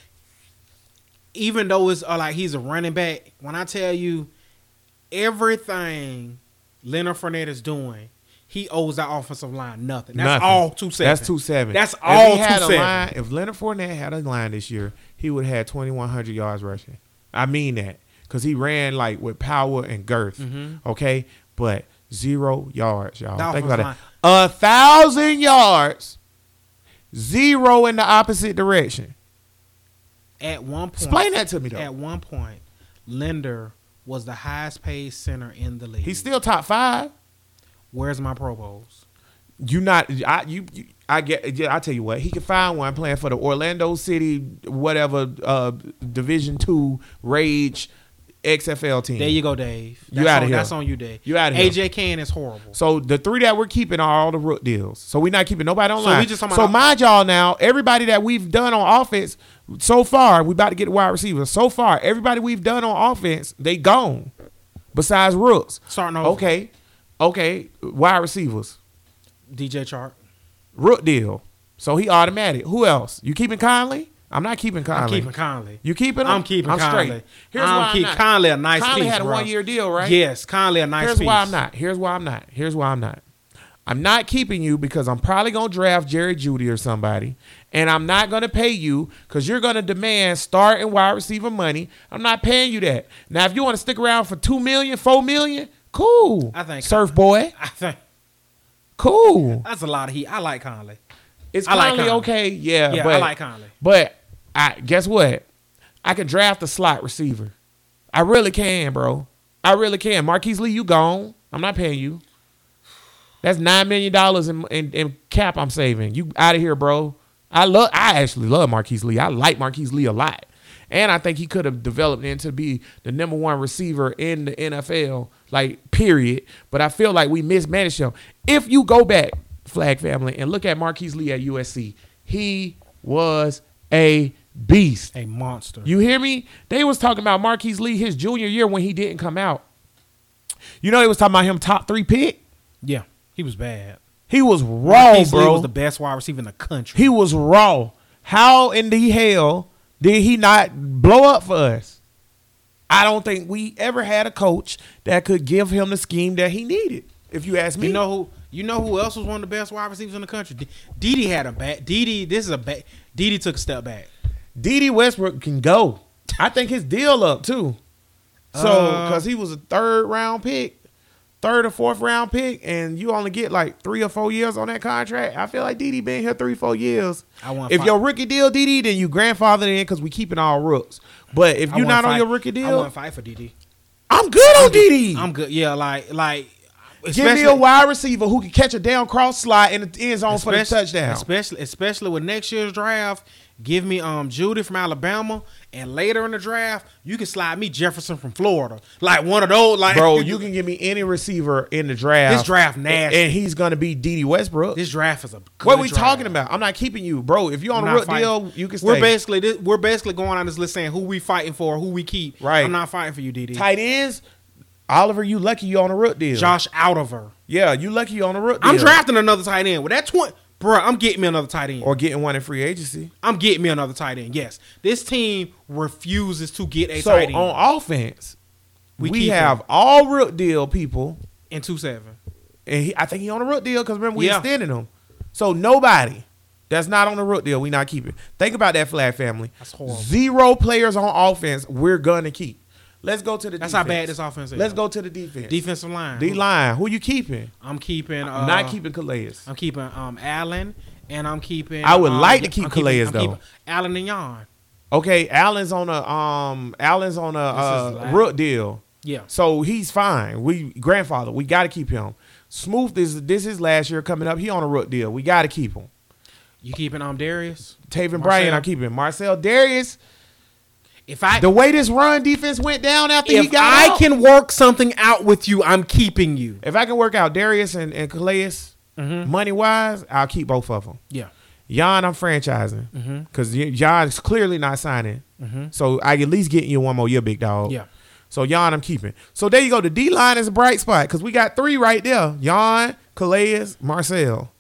S2: Even though it's uh, like he's a running back, when I tell you everything Leonard Fournette is doing, he owes that offensive line nothing. That's
S1: Nothing.
S2: all two seven.
S1: That's two seven.
S2: That's
S1: If
S2: all
S1: he
S2: two
S1: had
S2: seven.
S1: a line, if Leonard Fournette had a line this year, he would have had twenty one hundred yards rushing. I mean that because he ran like with power and girth.
S2: Mm-hmm.
S1: Okay, but zero yards, y'all.
S2: The
S1: Think
S2: offensive
S1: about it. A thousand yards, zero in the opposite direction.
S2: At one point,
S1: Explain that to me though.
S2: At one point, Linder was the highest paid center in the league.
S1: He's still top five.
S2: Where's my Pro Bowls?
S1: You not I you, you I get yeah, I tell you what, he can find one playing for the Orlando City whatever uh division 2 Rage XFL team.
S2: There you go, Dave.
S1: Mm. You
S2: That's
S1: outta
S2: on-
S1: here.
S2: That's on you, Dave.
S1: You outta here.
S2: AJ Can is horrible.
S1: so the three that we're keeping are all the rook deals. So we're not keeping nobody online.
S2: we just talking
S1: so
S2: about-
S1: mind y'all now, everybody that we've done on offense so far, we about to get wide receivers. So far, everybody we've done on offense, they gone. Besides rooks.
S2: Starting over.
S1: Okay. Okay. Wide receivers.
S2: DJ Chart.
S1: Rook deal. So he automatic. Who else? You keeping Conley? I'm not keeping Conley.
S2: I'm keeping Conley.
S1: You keeping him?
S2: I'm keeping
S1: I'm
S2: Conley.
S1: straight. Here's
S2: Here's I'm
S1: why I'm
S2: keep
S1: not.
S2: Conley a nice
S1: Conley
S2: piece,
S1: had a
S2: bro.
S1: one-year deal, right?
S2: Yes, Conley a nice
S1: Here's
S2: piece.
S1: why I'm not. Here's why I'm not. Here's why I'm not. I'm not keeping you because I'm probably gonna draft Jerry Judy or somebody, and I'm not gonna pay you because you're gonna demand start and wide receiver money. I'm not paying you that. Now, if you want to stick around for two million, four million, cool.
S2: I think-
S1: surf boy,
S2: I think
S1: cool.
S2: that's a lot of heat. I like Conley.
S1: It's
S2: I like
S1: Conley
S2: Conley.
S1: okay? Yeah,
S2: Yeah,
S1: but
S2: I like Conley.
S1: But I guess what? I can draft a slot receiver. I really can, bro. I really can. Marquise Lee, you gone. I'm not paying you. That's nine million dollars in, in in cap I'm saving. You out of here, bro. I love I actually love Marquise Lee. I like Marquise Lee a lot. And I think he could have developed into be the number one receiver in the NFL, like period. But I feel like we mismanaged him. If you go back, Flag Family, and look at Marquise Lee at USC, he was a beast.
S2: A monster.
S1: You hear me? They was talking about Marquise Lee his junior year when he didn't come out. You know they was talking about him top three pick.
S2: yeah, he was bad.
S1: He was raw,
S2: Marquise Lee
S1: bro.
S2: was the best wide receiver in the country.
S1: he was raw. How in the hell did he not blow up for us? I don't think we ever had a coach that could give him the scheme that he needed. If you ask me,
S2: you know who? You know who else was one of the best wide receivers in the country? D- Didi had a bad. Didi, this is a bad. Didi took a step back.
S1: D.D. Westbrook can go. I think his deal up too. So
S2: Uh,
S1: because he was a third round pick, third or fourth round pick, and you only get like three or four years on that contract. I feel like D.D. been here three, four years.
S2: I want
S1: if
S2: fi-
S1: your rookie deal, D.D., then you grandfathered in because we keeping all rooks. But if
S2: I
S1: you're
S2: wouldn't
S1: not on
S2: fight-
S1: your rookie
S2: I
S1: deal,
S2: wouldn't fight for Didi.
S1: I'm good on D.D.
S2: I'm good. Yeah, like like
S1: Give me a wide receiver who can catch a down cross slide in the end zone for the
S2: especially-
S1: touchdown.
S2: Especially especially with next year's draft, give me um Judy from Alabama, and later in the draft, you can slide me Jefferson from Florida, like one of those. Like
S1: Bro, you can give me any receiver in the draft.
S2: This draft nasty.
S1: And he's going to be D.D. Westbrook.
S2: This draft is a. Good
S1: what are we
S2: draft.
S1: talking about? I'm not keeping you, bro. If you're on
S2: I'm
S1: a
S2: not
S1: rook
S2: fighting.
S1: deal, you can stay.
S2: We're basically this, we're basically going on this list saying who we fighting for, who we keep.
S1: Right.
S2: I'm not fighting for you, DD.
S1: Tight ends, Oliver, you lucky you on a rook deal.
S2: Josh out of her.
S1: Yeah, you lucky you on a rook deal.
S2: I'm drafting another tight end with that twenty. Bro, I'm getting me another tight end.
S1: Or getting one in free agency.
S2: I'm getting me another tight end. Yes, this team refuses to get a
S1: so
S2: tight end
S1: on offense, we,
S2: We keep
S1: have
S2: him.
S1: all rook deal people,
S2: in two seven.
S1: and he, I think he on a rook deal because remember we
S2: Yeah.
S1: extended him. So nobody that's not on the rook deal, we not keeping. Think about that flag family.
S2: That's horrible.
S1: Zero players on offense, we're gonna keep. Let's go to the.
S2: That's how
S1: defense.
S2: bad this offense is.
S1: Let's go to the defense.
S2: defensive line.
S1: D line, who you keeping?
S2: I'm keeping. Uh,
S1: I'm not keeping Calais.
S2: I'm keeping um Allen, and I'm keeping.
S1: I would
S2: um,
S1: like to
S2: I'm
S1: keep
S2: keeping-
S1: Calais,
S2: I'm
S1: though.
S2: keeping Allen and Yon.
S1: Okay, Allen's on a um, Allen's on a
S2: This is
S1: uh,
S2: last-
S1: rook deal.
S2: Yeah.
S1: So he's fine. We grandfather, we got to keep him. Smooth is this is last year coming up. He on a rook deal. We got to keep him.
S2: You keeping um Darius?
S1: Taven Bryan,
S2: Marcel.
S1: I'm keeping Marcel Darius.
S2: If I
S1: The way this run defense went down after he
S2: if
S1: got
S2: I
S1: out,
S2: can work something out with you, I'm keeping you.
S1: if I can work out Darius and, and Calais
S2: Mm-hmm.
S1: money wise, I'll keep both of them.
S2: Yeah.
S1: Jan, I'm
S2: Mm-hmm.
S1: franchising because Jan's clearly not signing. So I at least getting you one more year, big dog.
S2: Yeah.
S1: So Jan, I'm keeping. So there you go. The D line is a bright spot because we got three right there: Jan, Calais, Marcel,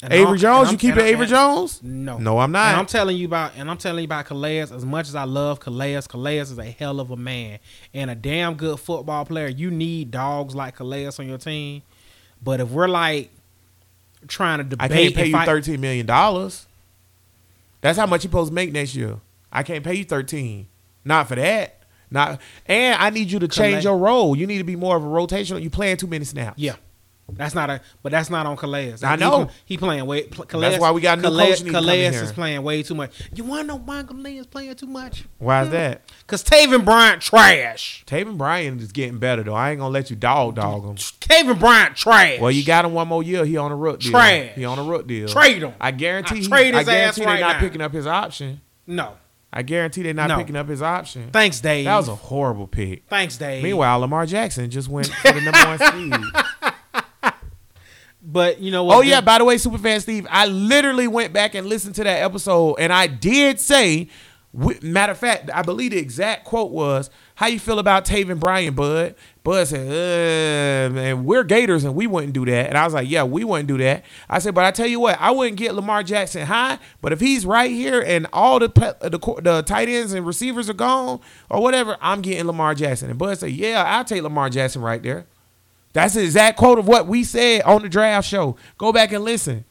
S2: And
S1: Avery
S2: I'm- and
S1: Jones.
S2: I'm-
S1: You keeping
S2: and I'm-
S1: Avery
S2: and-
S1: Jones?
S2: No,
S1: no, I'm not.
S2: And I'm telling you about, and I'm telling you about Calais. As much as I love Calais, Calais is a hell of a man and a damn good football player. You need dogs like Calais on your team. But if we're like trying to debate,
S1: I can't pay
S2: if
S1: you
S2: I-
S1: thirteen million dollars. That's how much you supposed to make next year. I can't pay you thirteen. Not for that. Not and I need you to change
S2: Calais-
S1: your role. You need to be more of a rotational. You playing too many snaps.
S2: Yeah, that's not a, but that's not on Calais.
S1: I
S2: He-
S1: know.
S2: he, playing way. pl- Calais,
S1: why we got a new
S2: Calais,
S1: coach need to come in
S2: Calais
S1: here.
S2: is playing way too much. You want to know why Calais is playing too much?
S1: Why is that?
S2: Cause Taven Bryant trash.
S1: Taven Bryan is getting better though. I ain't gonna let you dog dog him.
S2: Taven Bryant trash.
S1: Well, you got him one more year. He on a rook deal.
S2: Trash.
S1: He on a rook deal.
S2: Trade him.
S1: I guarantee.
S2: I
S1: he-
S2: trade
S1: I
S2: his ass
S1: guarantee
S2: right
S1: they're not
S2: now.
S1: picking up his option.
S2: no.
S1: I guarantee they're not
S2: No.
S1: picking up his option.
S2: Thanks, Dave.
S1: That was a horrible pick.
S2: Thanks, Dave.
S1: Meanwhile, Lamar Jackson just went for the number one seed.
S2: but you know what?
S1: Oh yeah, by the way, Superfan Steve, I literally went back and listened to that episode, and I did say, wi- matter of fact, I believe the exact quote was, "How you feel about Taven Bryan, Bud?" Bud said, uh, "Man, we're Gators, and we wouldn't do that." And I was like, "Yeah, we wouldn't do that." I said, "But I tell you what, I wouldn't get Lamar Jackson high, but if he's right here and all the pe- uh, the, co- the tight ends and receivers are gone or whatever, I'm getting Lamar Jackson." And Bud said, "Yeah, I'll take Lamar Jackson right there." That's the exact quote of what we said on the draft show. Go back and listen.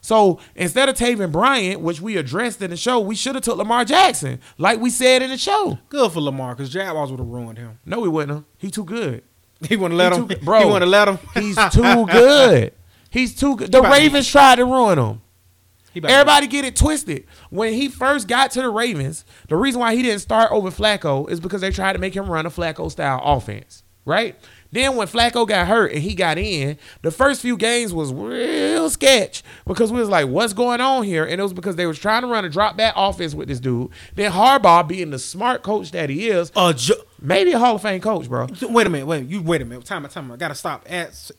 S1: So instead of Taven Bryant, which we addressed in the show, we should have took Lamar Jackson, like we said in the show.
S2: Good for Lamar because Jaguars would have ruined him. *laughs*
S1: No, we wouldn't have. He too good.
S2: He wouldn't let
S1: He
S2: him.
S1: too- bro,
S2: he wouldn't let him.
S1: He's too good. He's too
S2: *laughs*
S1: good. The
S2: about to-
S1: Ravens tried to ruin him.
S2: *laughs* He about to-
S1: Everybody get it twisted. When he first got to the Ravens, the reason why he didn't start over Flacco is because they tried to make him run a Flacco style offense, right? Then when Flacco got hurt and he got in, the first few games was real sketch because we was like, what's going on here? And it was because they was trying to run a drop back offense with this dude. Then Harbaugh, being the smart coach that he is,
S2: Uh, ju-
S1: maybe a Hall of Fame coach, bro.
S2: wait a minute. Wait. You wait a minute. Time. out, Time. out. I gotta stop. At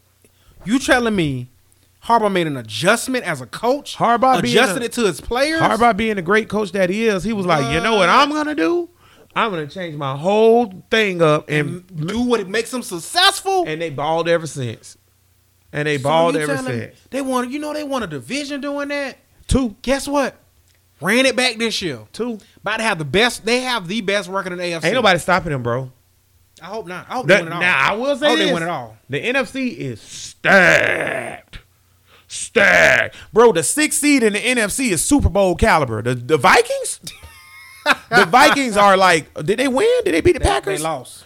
S2: you telling me, Harbaugh made an adjustment as a coach.
S1: Harbaugh being
S2: adjusted
S1: a-
S2: it to his players.
S1: Harbaugh being the great coach that he is, he was like, you know what I'm gonna do? I'm gonna change my whole thing up and
S2: do what it makes him successful.
S1: and they balled ever since. And they
S2: So
S1: balled
S2: you
S1: ever
S2: telling me
S1: since.
S2: They want. You know they want a division doing that.
S1: Two,
S2: Guess what? Ran it back this year.
S1: two.
S2: About to have the best. They have the best record in the AFC.
S1: Ain't nobody stopping them, bro.
S2: I hope not. I hope
S1: The-
S2: they win it all.
S1: now I will say
S2: I hope
S1: this:
S2: they win it all.
S1: the NFC is stacked, stacked, bro. The sixth seed in the NFC is Super Bowl caliber. The the
S2: *laughs*
S1: Vikings, the Vikings are like, did they win? Did they beat the
S2: They
S1: Packers?
S2: lost.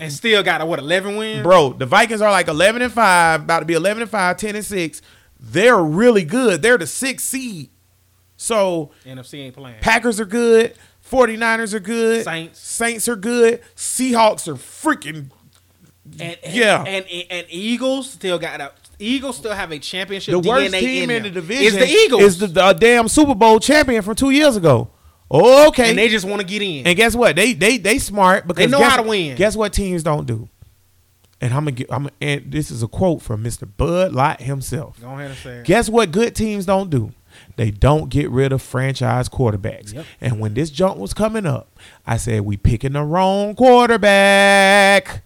S2: And still got a what eleven win?
S1: Bro, the Vikings are like 11 and 5, about to be 11 and 5, 10 and 6. They're really good. They're the sixth seed. So
S2: NFC ain't playing.
S1: Packers are good. 49ers are good.
S2: Saints.
S1: Saints are good. Seahawks are freaking
S2: And, and-
S1: Yeah.
S2: and, and Eagles still got a Eagles still have a championship.
S1: the worst
S2: DNA
S1: team in the
S2: them.
S1: division
S2: is the Eagles.
S1: Is the, the damn Super Bowl champion from two years ago. Oh, okay.
S2: and they just want to get in.
S1: And guess what? They they they smart because
S2: know
S1: guess-
S2: how to win.
S1: Guess what teams don't do? And I'm gonna get. I'm and this is a quote from Mr. Bud Light himself.
S2: Go ahead and say it.
S1: Guess what? Good teams don't do. They don't get rid of franchise quarterbacks.
S2: Yep.
S1: And when this jump was coming up, I said we picking the wrong quarterback.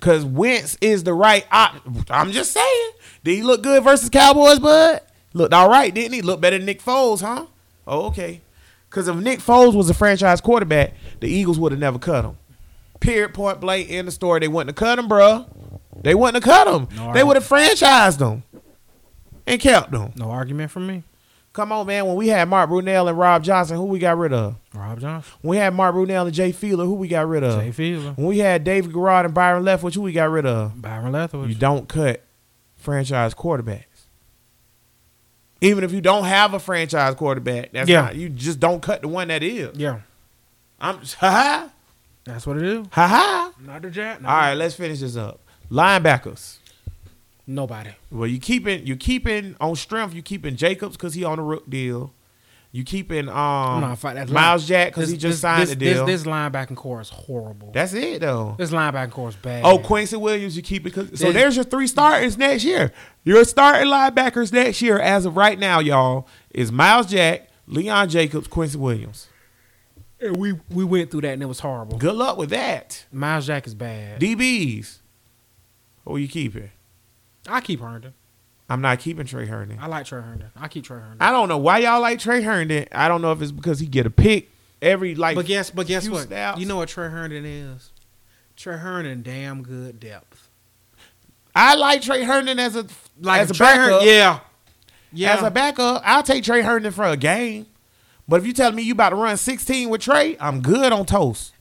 S1: Cause Wentz is the right op- I'm just saying. Did he look good versus Cowboys, bud? Looked all right, didn't he? Looked better than Nick Foles, huh? Oh, okay. Cause if Nick Foles was a franchise quarterback, the Eagles would have never cut him. Period point blank in the story. They wouldn't have cut him, bruh. They wouldn't have cut him.
S2: No
S1: they would have franchised him and kept them.
S2: No argument from me,
S1: Come on, man. When we had Mark Brunell and Rob Johnson, who we got rid of?
S2: Rob Johnson,
S1: When we had Mark Brunell and Jay Feeler, who we got rid of?
S2: Jay Fielder,
S1: When we had David Garrard and Byron Leftwich, who we got rid of?
S2: Byron
S1: You
S2: Leftwich.
S1: don't cut franchise quarterbacks. Even if you don't have a franchise quarterback, that's
S2: Yeah.
S1: not, you just don't cut the one that is.
S2: Yeah,
S1: I'm *laughs* ha ha
S2: that's what it is.
S1: ha ha.
S2: Not the Jack.
S1: All right, let's finish this up. Linebackers.
S2: Nobody.
S1: Well, you keeping you keeping on strength. You keeping Jacobs because he on a rook deal. You keeping um
S2: Nah, fuck that
S1: Miles Jack because
S2: This-
S1: he just
S2: this-
S1: signed
S2: this,
S1: the deal.
S2: This, this linebacking core is horrible.
S1: That's it though.
S2: this linebacking core is bad.
S1: Oh, Quincy Williams, you keep it. 'cause- so
S2: This-
S1: there's your three starters next year. Your starting linebackers next year, as of right now, y'all, is Miles Jack, Leon Jacobs, Quincy Williams.
S2: And we we went through that and it was horrible.
S1: Good luck with that.
S2: Miles Jack is bad.
S1: DBs. Who you keeping?
S2: I keep Herndon.
S1: I'm not keeping Trey Herndon.
S2: I like Trey Herndon. I keep Trey Herndon.
S1: I don't know why y'all like Trey Herndon. I don't know if it's because he get a pick every like.
S2: but guess but guess
S1: few
S2: what?
S1: snaps.
S2: You know what Trey Herndon is? Trey Herndon, damn good depth.
S1: I like Trey Herndon as a
S2: Like
S1: as a
S2: if Trey
S1: backup.
S2: Herndon, yeah, yeah.
S1: As a backup, I'll take Trey Herndon for a game. But if you tell me you about to run 16 with Trey, I'm good on toast.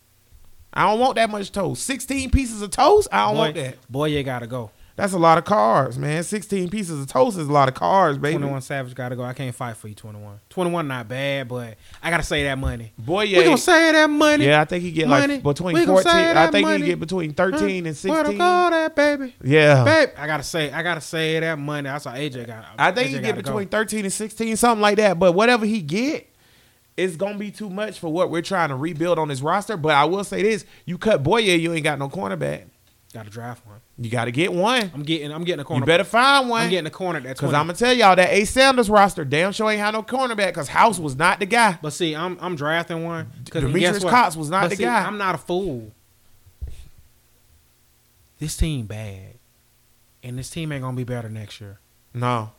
S1: I don't want that much toast. 16 pieces of toast? I don't
S2: boy,
S1: want that.
S2: boy, you gotta go.
S1: That's a lot of carbs, man. 16 pieces of toast is a lot of carbs, baby.
S2: Twenty one Savage gotta go. I can't fight for you, twenty one. Twenty one not bad, but I gotta save that money.
S1: Boy,
S2: We
S1: yeah.
S2: gonna save that money.
S1: Yeah, I think he get
S2: Money.
S1: like between
S2: We gonna
S1: 14.
S2: save
S1: I
S2: that
S1: think
S2: money.
S1: he get between 13 and Oh.
S2: Where to
S1: 16.
S2: go that baby?
S1: Yeah.
S2: Babe, I gotta say, I gotta say that money. That's how AJ got.
S1: I think
S2: AJ
S1: he get
S2: gotta
S1: between
S2: Go.
S1: 13 and 16, something like that. But whatever he get, it's gonna be too much for what we're trying to rebuild on this roster. But I will say this: you cut Boye, you ain't got no cornerback.
S2: Gotta draft one.
S1: You got to get one.
S2: I'm getting. I'm getting a corner.
S1: You better find
S2: I'm
S1: one.
S2: getting a corner. That's
S1: Because I'm gonna tell y'all that A. Sanders roster damn sure ain't had no cornerback. Because House was not the guy.
S2: But see, I'm I'm drafting one. 'cause
S1: Demetrius
S2: guess what?
S1: Cox was not
S2: But
S1: the
S2: see,
S1: guy.
S2: I'm not a fool. This team bad, and this team ain't gonna be better next year.
S1: No,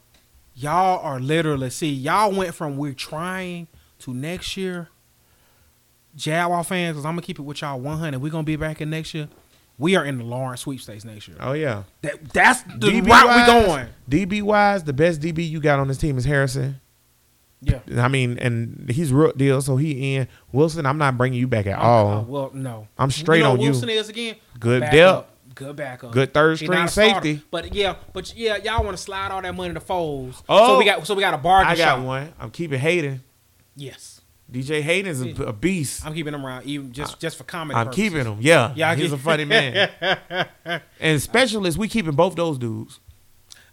S2: Y'all are literally see. Y'all went from we're trying to next year. Jaguar fans, because I'm gonna keep it with y'all 100. We're gonna be back in next year. We are in the Lawrence sweepstakes next year.
S1: oh yeah.
S2: That, that's the route we going.
S1: DB wise, the best DB you got on this team is Harrison.
S2: Yeah.
S1: I mean, and he's rook deal, so he in Wilson. I'm not bringing you back at
S2: Uh,
S1: all.
S2: well,
S1: Oh.
S2: no.
S1: I'm straight
S2: you know
S1: on
S2: what
S1: you.
S2: Wilson is again.
S1: Good
S2: backup. Good backup.
S1: Good third
S2: He not
S1: string
S2: a starter.
S1: safety.
S2: But yeah, but yeah, y'all want to slide all that money to Foles.
S1: Oh.
S2: so we got so we got a bargain
S1: I got
S2: shop.
S1: one. I'm keeping Hayden.
S2: Yes,
S1: DJ Hayden's a, a beast.
S2: I'm keeping them around even just just for comedy.
S1: I'm
S2: purposes.
S1: keeping him. Yeah,
S2: Yeah, I
S1: he's
S2: keep-
S1: a
S2: *laughs*
S1: funny man. and specialists, we keeping both those dudes.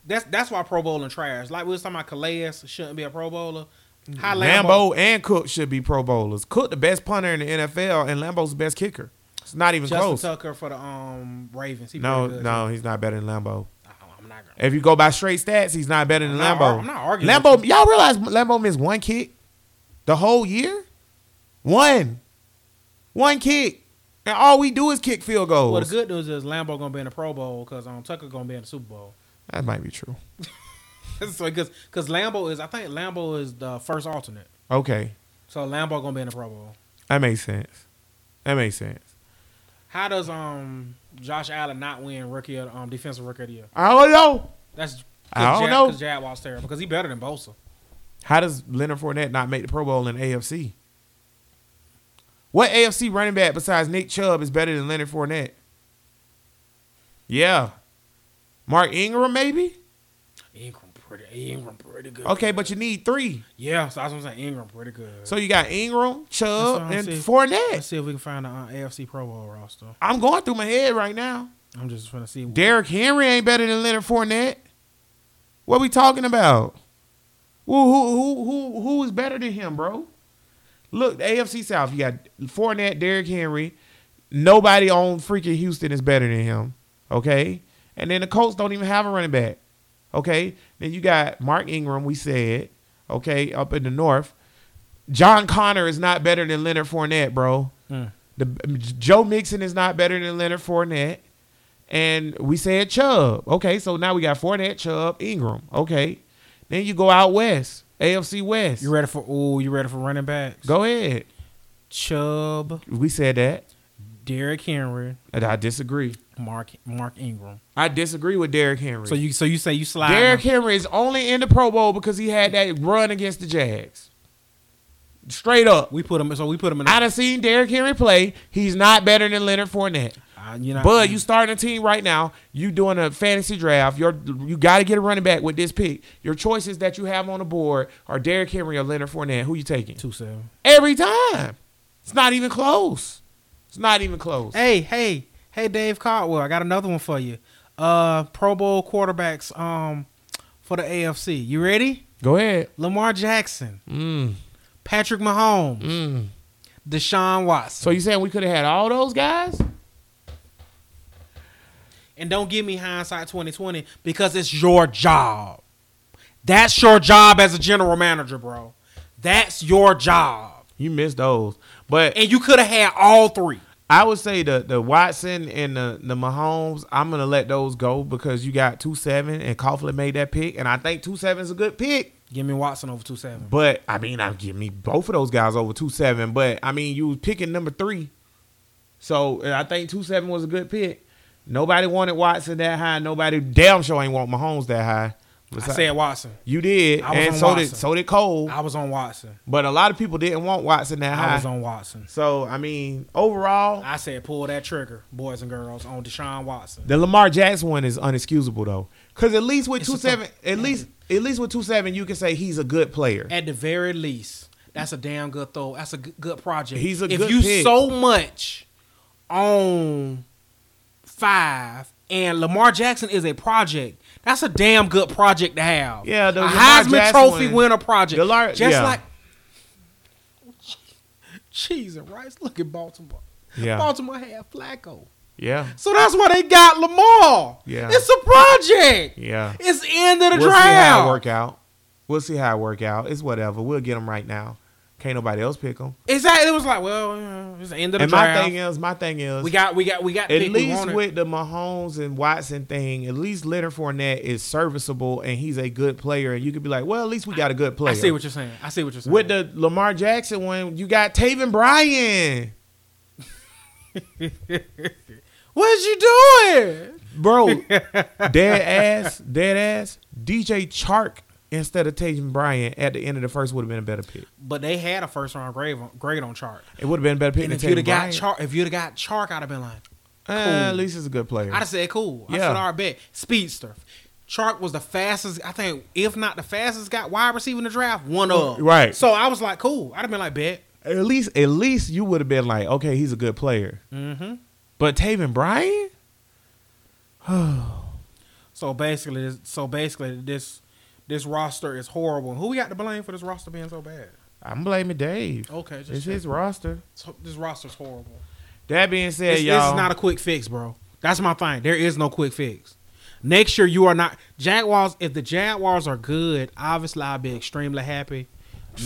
S2: That's that's why Pro Bowling trash. Like we was talking about, Calais shouldn't be a Pro Bowler. High Lambo.
S1: Lambo and Cook should be Pro Bowlers. Cook the best punter in the NFL, and Lambo's the best kicker. It's not even
S2: Justin
S1: close.
S2: Tucker for the um Ravens. He
S1: No,
S2: pretty good.
S1: no, he's not better than Lambo.
S2: I- I'm not gonna.
S1: If you go by straight stats, he's not better than
S2: I'm not
S1: Lambo.
S2: ar- I'm not arguing
S1: Lambo, y'all realize Lambo missed one kick the whole year, one, one kick, and all we do is kick field goals.
S2: Well, the good news is Lambo gonna be in the Pro Bowl because um Tucker gonna be in the Super Bowl.
S1: that might be true.
S2: so because because Lambo is I think Lambo is the first alternate.
S1: Okay,
S2: So Lambo gonna be in the Pro Bowl.
S1: that makes sense. That makes sense.
S2: How does um Josh Allen not win rookie of, um defensive rookie of the year?
S1: I don't know.
S2: That's
S1: I don't know.
S2: because Jad was terrible because he better than Bosa.
S1: How does Leonard Fournette not make the Pro Bowl in AFC? What AFC running back besides Nick Chubb is better than Leonard Fournette? Yeah. Mark Ingram, maybe?
S2: Ingram pretty Ingram pretty good.
S1: Okay, but you need three.
S2: Yeah, so that's what I'm saying. Ingram pretty good.
S1: So you got Ingram,
S2: That's what
S1: Chubb,
S2: I'm
S1: and
S2: saying. Let's
S1: Fournette.
S2: see if we can find the uh, AFC Pro Bowl roster.
S1: I'm going through my head right now.
S2: I'm just trying to see.
S1: Derrick Henry ain't better than Leonard Fournette. What we talking about? Who who who who who is better than him, bro? Look, the AFC South. You got Fournette, Derrick Henry. Nobody on freaking Houston is better than him. Okay, and then the Colts don't even have a running back. Okay, then you got Mark Ingram. We said okay up in the north. John Connor is not better than Leonard Fournette, bro.
S2: Mm.
S1: The Joe Mixon is not better than Leonard Fournette. And we said Chubb. Okay, so now we got Fournette, Chubb, Ingram. Okay. Then you go out west, AFC West.
S2: You ready for? Oh, you ready for running backs?
S1: Go ahead.
S2: Chubb,
S1: We said that.
S2: Derrick Henry,
S1: And I disagree.
S2: Mark Mark Ingram.
S1: I disagree with Derrick Henry.
S2: So you so you say you slide
S1: Derrick Henry is only in the Pro Bowl because he had that run against the Jags. Straight up.
S2: We put him. So we put him in.
S1: I done seen Derrick Henry play. He's not better than Leonard Fournette.
S2: Uh, you know,
S1: But you starting a team right now. You doing a fantasy draft. You're you got to get a running back with this pick. Your choices that you have on the board are Derrick Henry or Leonard Fournette. Who you taking?
S2: two seven.
S1: Every time. It's not even close. It's not even close.
S2: Hey, hey, hey, Dave Caldwell. I got another one for you. Uh, Pro Bowl quarterbacks. Um, for the AFC. You ready?
S1: Go ahead.
S2: Lamar Jackson,
S1: Mm,
S2: Patrick Mahomes,
S1: mm.
S2: Deshaun Watson.
S1: So you saying we could have had all those guys?
S2: And don't give me hindsight 2020 because it's your job. That's your job as a general manager, bro. That's your job.
S1: You missed those. But
S2: And you could have had all three.
S1: I would say the the Watson and the the Mahomes. I'm gonna let those go because you got two seven and Coughlin made that pick, and I think two seven is a good pick.
S2: Give me Watson over 2 7.
S1: But I mean, I give me both of those guys over two seven. But I mean, you was picking number three, so and I think two seven was a good pick. Nobody wanted Watson that high. Nobody damn sure ain't want Mahomes that high.
S2: I said Watson.
S1: you did,
S2: I was
S1: and
S2: on
S1: so did
S2: Watson.
S1: so did Cole.
S2: I was on Watson.
S1: But a lot of people didn't want Watson that
S2: I was
S1: high.
S2: on Watson.
S1: So I mean, overall,
S2: I said pull that trigger, boys and girls, on Deshaun Watson.
S1: The Lamar Jackson one is unexcusable though, because at least with
S2: It's a
S1: two seven, at least at least with two seven, you can say he's a good player.
S2: At the very least, that's a damn good throw. That's a g- good project.
S1: He's a
S2: if
S1: good
S2: you
S1: pick.
S2: so much on five and Lamar Jackson is a project. That's a damn good project to have.
S1: Yeah, the
S2: a
S1: Lamar
S2: Heisman
S1: Jackson
S2: Trophy
S1: one-
S2: winner project.
S1: the lar-
S2: Just
S1: yeah.
S2: like cheese and rice. Look at Baltimore.
S1: Yeah.
S2: Baltimore had Flacco.
S1: Yeah,
S2: So that's why they got Lamar.
S1: Yeah.
S2: It's a project.
S1: yeah.
S2: It's the end of the
S1: We'll see how it
S2: draft.
S1: work out. We'll see how it work out. It's whatever. We'll get him right now. Can't nobody else pick him.
S2: Exactly. It was like, well, uh, it's the end of the
S1: And my
S2: draft.
S1: thing is, my thing is,
S2: we got, we got, we got.
S1: at
S2: pick, we
S1: least
S2: wanted.
S1: with the Mahomes and Watson thing, at least Leonard Fournette is serviceable and he's a good player. And you could be like, well, at least we got a good player.
S2: I see what you're saying. I see what you're saying.
S1: with the Lamar Jackson one, you got Taven Bryan.
S2: what you doing? *laughs*
S1: bro. dead ass, dead ass. DJ Chark instead of Tatum Bryant at the end of the first would have been a better pick.
S2: But they had a first round grade on, grade on chart.
S1: It would have been a better pick
S2: And
S1: than
S2: if you'd
S1: Tatum
S2: have got
S1: Bryant.
S2: chart, if you'd have got Chark, I'd have been like,
S1: Eh, at least he's a good player.
S2: I'd have said cool. I
S1: Yeah.
S2: said all right, bet speedster. Chark was the fastest, I think, if not the fastest, got wide receiver in the draft, one of
S1: Right.
S2: So I was like, cool. I'd have been like, bet.
S1: at least, at least you would have been like, okay, he's a good player.
S2: Mm-hmm.
S1: But Taven Bryant,
S2: So basically, this, so basically, this this roster is horrible. Who we got to blame for this roster being so bad?
S1: I'm blaming Dave.
S2: Okay, just
S1: it's his roster.
S2: So this roster's horrible.
S1: That being said,
S2: this,
S1: y'all,
S2: this is not a quick fix, bro. That's my thing. There is no quick fix. Next year, you are not Jaguars. If the Jaguars are good, obviously I'll be extremely happy.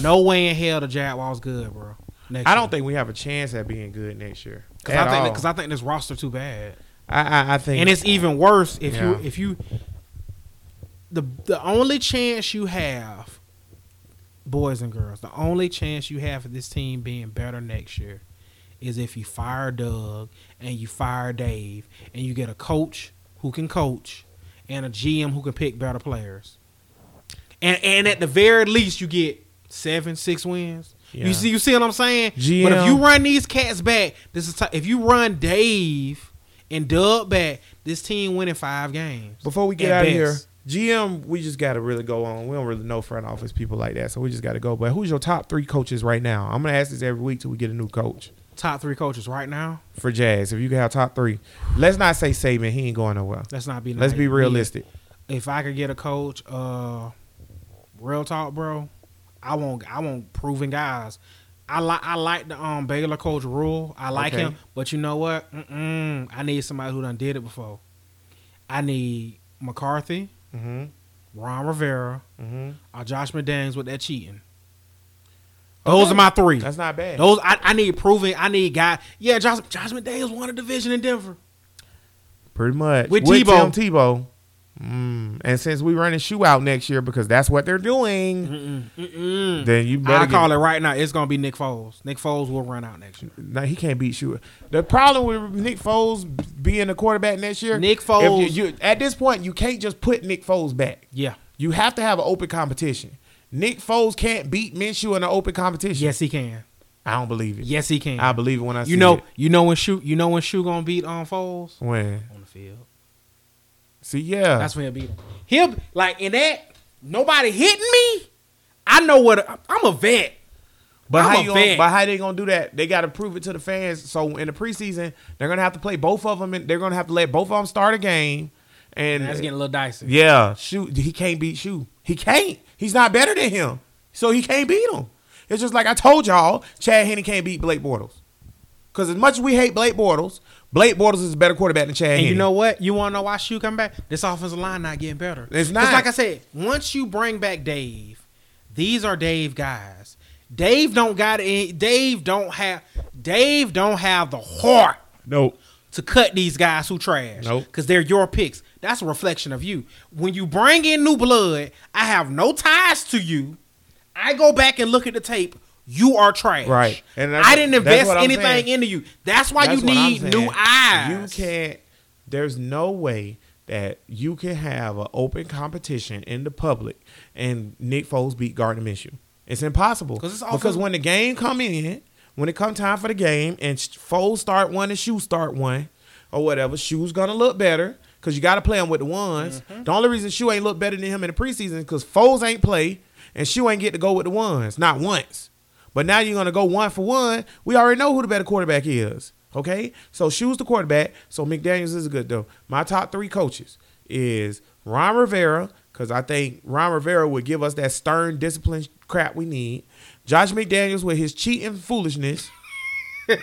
S2: No way in hell the Jaguars good, bro. Next
S1: I don't think we have a chance at being good next year.
S2: because
S1: At
S2: I think
S1: all.
S2: because I think this roster too bad,
S1: I, I, I think,
S2: and it's even worse if
S1: Yeah.
S2: you if you the the only chance you have, boys and girls, the only chance you have for this team being better next year is if you fire Doug and you fire Dave and you get a coach who can coach and a GM who can pick better players. And and at the very least you get seven, six wins.
S1: Yeah.
S2: You see you see what I'm saying? But
S1: GM.
S2: if you run these cats back, this is t- if you run Dave and Doug back, this team winning five games.
S1: Before we get
S2: at
S1: out of
S2: best.
S1: here, GM, we just got to really go on. We don't really know front office people like that, so we just got to go. But who's your top three coaches right now? I'm gonna ask this every week till we get a new coach.
S2: top three coaches right now.
S1: for Jazz. If you can have top three, let's not say Saban. He ain't going nowhere.
S2: Let's not be.
S1: Let's be
S2: naive.
S1: realistic.
S2: If I could get a coach, uh, real talk, bro, I won't. I won't proven guys. I like I like the um Baylor coach rule. I like
S1: Okay.
S2: him, but you know what? Mm-mm, I need somebody who done did it before. I need McCarthy,
S1: Mm-hmm.
S2: Ron Rivera,
S1: Mm-hmm.
S2: or Josh McDaniels with that cheating. Those are my three.
S1: That's not bad.
S2: Those I, I need proving. I need guy. Yeah, Josh Josh McDaniels won a division in Denver.
S1: Pretty much
S2: With Tebow.
S1: Tim Tebow. Mm. And since we running shootout next year because that's what they're doing,
S2: Mm-mm.
S1: then you better
S2: I call it right now. It's gonna be Nick Foles. Nick Foles will run out next year.
S1: No, he can't beat Shua. The problem with Nick Foles being the quarterback next year,
S2: Nick
S1: if
S2: Foles-
S1: you, you- at this point, you can't just put Nick Foles back.
S2: Yeah.
S1: You have to have an open competition. Nick Foles can't beat Minshew in an open competition.
S2: Yes, he can.
S1: I don't believe it.
S2: Yes, he can.
S1: I believe it when I see
S2: you know.
S1: it.
S2: You know when shoot. You know when shoot gonna beat on um, Foles
S1: when
S2: on the field.
S1: see yeah
S2: That's when he'll beat him. He'll like in that. Nobody hitting me. I know what I'm a vet.
S1: But
S2: I'm
S1: how
S2: a
S1: you gonna,
S2: fan.
S1: but how they gonna do that? They gotta prove it to the fans. So in the preseason, they're gonna have to play both of them, and they're gonna have to let both of them start a game. And
S2: That's getting a little dicey.
S1: yeah, shoot, he can't beat Shoe. He can't. He's not better than him, so he can't beat him. It's just like I told y'all, Chad Henne can't beat Blake Bortles. Because as much as we hate Blake Bortles, Blake Bortles is a better quarterback than Chad.
S2: And you
S1: Henne.
S2: know what? You want to know why Shoe come back? This offensive line not getting better.
S1: It's
S2: 'Cause
S1: not.
S2: like I said, once you bring back Dave, these are Dave guys. Dave don't got any. Dave don't have. Dave don't have the heart
S1: no,
S2: to cut these guys who trash.
S1: Nope.
S2: Because they're your picks. That's a reflection of you. When you bring in new blood, I have no ties to you. I go back and look at the tape. You are trash.
S1: Right. And
S2: And
S1: that's-
S2: I didn't
S1: that's
S2: invest
S1: what I'm
S2: anything
S1: saying.
S2: into you. That's why
S1: That's
S2: you
S1: what I'm
S2: need new eyes.
S1: saying. You can't. There's no way that you can have an open competition in the public and Nick Foles beat Gardner Minshew. It's impossible
S2: 'Cause it's
S1: because
S2: offensive-
S1: when the game come in, when it come time for the game, and Sh- Foles start one and Shoe start one or whatever, Shoe's gonna look better. Cause you gotta play him with the ones. The only reason Shoe ain't look better than him in the preseason is cause Foles ain't play and Shoe ain't get to go with the ones, not once. But now you're gonna go one for one. We already know who the better quarterback is. Okay, so Shoe's the quarterback. So McDaniel's is good though. My top three coaches is Ron Rivera because I think Ron Rivera would give us that stern discipline crap we need. Josh McDaniels with his cheating foolishness.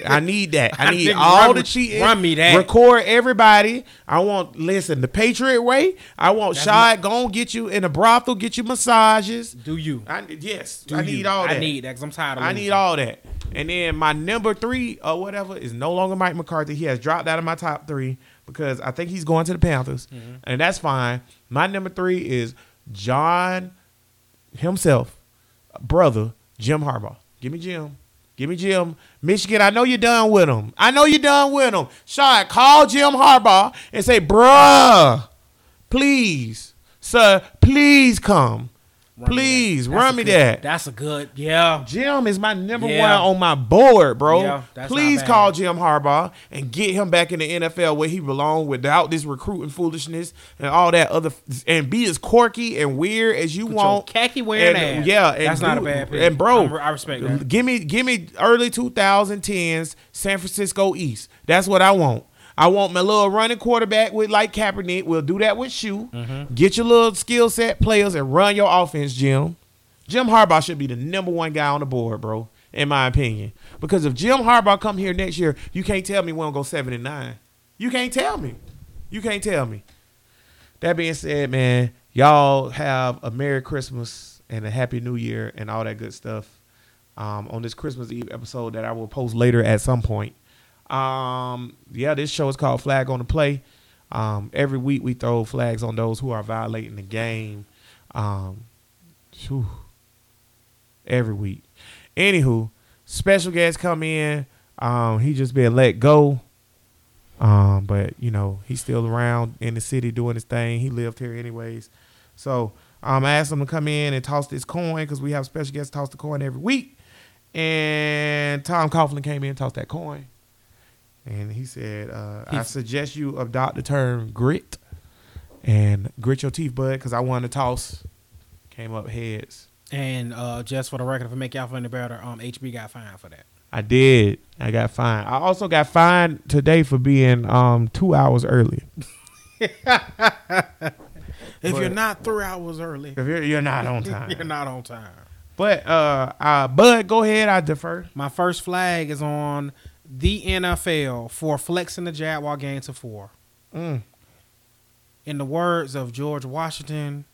S1: I need that. I
S2: *laughs* I
S1: need
S2: think
S1: all
S2: run-
S1: the cheating.
S2: run me that.
S1: Record everybody. I want listen the Patriot way. I want Shad gonna get you in a brothel, get you massages.
S2: Do you?
S1: I, yes,
S2: Do
S1: I
S2: you.
S1: need all that.
S2: I need that 'cause I'm tired of
S1: I
S2: losing.
S1: need all that. And then my number three or whatever is no longer Mike McCarthy. He has dropped out of my top three because I think he's going to the Panthers,
S2: Mm-hmm.
S1: and that's fine. My number three is John himself, brother Jim Harbaugh. Give me Jim. Give me Jim. Michigan, I know you're done with him. I know you're done with him. Sean, call Jim Harbaugh and say, bruh, please, sir, please come.
S2: Run me that.
S1: please
S2: That's
S1: run
S2: a
S1: me
S2: good-
S1: that.
S2: That's a good. Yeah.
S1: Jim is my number
S2: Yeah.
S1: one on my board, bro.
S2: Yeah, that's not
S1: Please
S2: bad.
S1: call Jim Harbaugh and get him back in the NFL where he belongs without this recruiting foolishness and all that other and be as quirky and weird as you
S2: Put your
S1: want.
S2: khaki wearing
S1: and,
S2: ass.
S1: Yeah, and
S2: That's not a
S1: do-
S2: bad pick.
S1: And bro,
S2: I'm- I respect that.
S1: Give me give me early 2010s San Francisco East. That's what I want. I want my little running quarterback with like Kaepernick. We'll do that with you.
S2: Mm-hmm.
S1: Get your little skill set players and run your offense, Jim. Jim Harbaugh should be the number one guy on the board, bro, in my opinion. Because if Jim Harbaugh come here next year, you can't tell me we don't go seven and nine. You can't tell me. You can't tell me. That being said, man, y'all have a Merry Christmas and a Happy New Year and all that good stuff um, on this Christmas Eve episode that I will post later at some point. Um, yeah, this show is called Flag on the Play. Um, every week we throw flags on those who are violating the game. Um, phew, every week. Anywho, special guest come in. Um, he just been let go. Um, but you know, he's still around in the city doing his thing. He lived here anyways. So um, I asked him to come in and toss this coin because we have special guests toss the coin every week. And Tom Coughlin came in and tossed that coin. And he said, uh, I
S2: He's-
S1: suggest you adopt the term grit and grit your teeth, bud, because I won the toss. Came up heads.
S2: And uh, just for the record, if I make y'all feel any better, um, HB got fined for that.
S1: I did. I got fined. I also got fined today for being um two hours early.
S2: If
S1: But-
S2: you're not three hours early, *laughs*
S1: If you're, you're not on time.
S2: you're not on time.
S1: But uh, uh, Bud, go ahead. I defer.
S2: My first flag is on the NFL for flexing the Jaguar game to four.
S1: Mm.
S2: In the words of George Washington,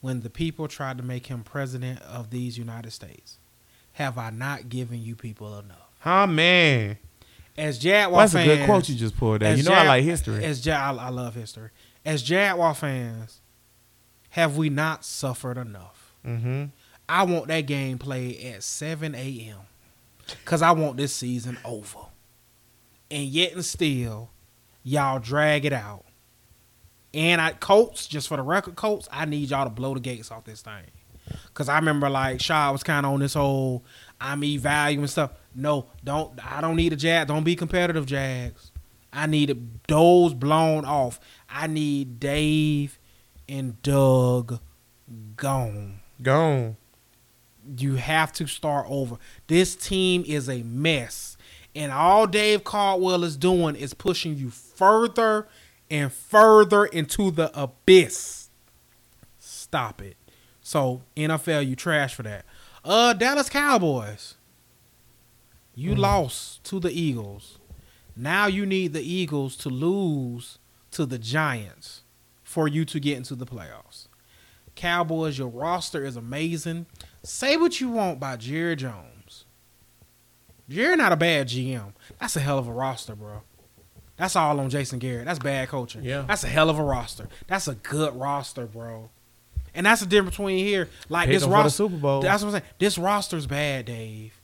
S2: when the people tried to make him president of these United States, have I not given you people enough?
S1: Huh, man.
S2: As Jaguar
S1: Well, that's a
S2: fans,
S1: good quote you just pulled out.
S2: as
S1: You know I
S2: Jag-
S1: like history.
S2: As ja- I, I love history. As Jaguar fans, have we not suffered enough?
S1: mm-hmm.
S2: I want that game played at 7 a.m. Because I want this season over. And yet and still, y'all drag it out. And I, Colts, just for the record, Colts, I need y'all to blow the gates off this thing. Because I remember, like, Shaw was kind of on this whole, I'm evaluating stuff. No, don't, I don't need a Jag. Don't be competitive, Jags. I need those blown off. I need Dave and Doug gone
S1: Gone.
S2: you have to start over. This team is a mess. And all Dave Caldwell is doing is pushing you further and further into the abyss. Stop it. So, NFL, you trash for that. Uh Dallas Cowboys. You lost to the Eagles. Now you need the Eagles to lose to the Giants for you to get into the playoffs. Cowboys, your roster is amazing. Say what you want about Jerry Jones. Jerry not a bad GM. That's a hell of a roster, bro. That's all on Jason Garrett. That's bad coaching.
S1: Yeah.
S2: That's a hell of a roster. That's a good roster, bro. And that's the difference between here. Like
S1: Picked
S2: this
S1: them for the
S2: roster,
S1: Super Bowl.
S2: That's what I'm saying. This roster's bad, Dave.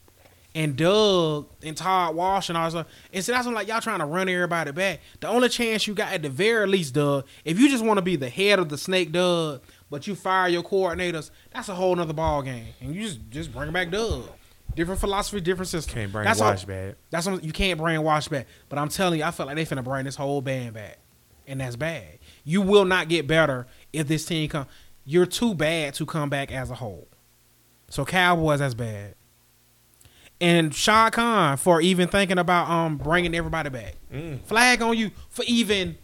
S2: And Doug and Todd Walsh and all that stuff. And so that's what I'm like, y'all trying to run everybody back. The only chance you got at the very least, Doug, if you just want to be the head of the snake, Doug, but you fire your coordinators, that's a whole nother ball game. And you just just bring back Doug. Different philosophy, different system.
S1: Can't bring
S2: that's
S1: Wash
S2: all,
S1: back.
S2: That's what I'm- you can't brainwash back. But I'm telling you, I felt like they finna bring this whole band back, and that's bad. You will not get better if this team come. You're too bad to come back as a whole. So Cowboys, that's bad. And Shah Khan for even thinking about um bringing everybody back. Flag on you for even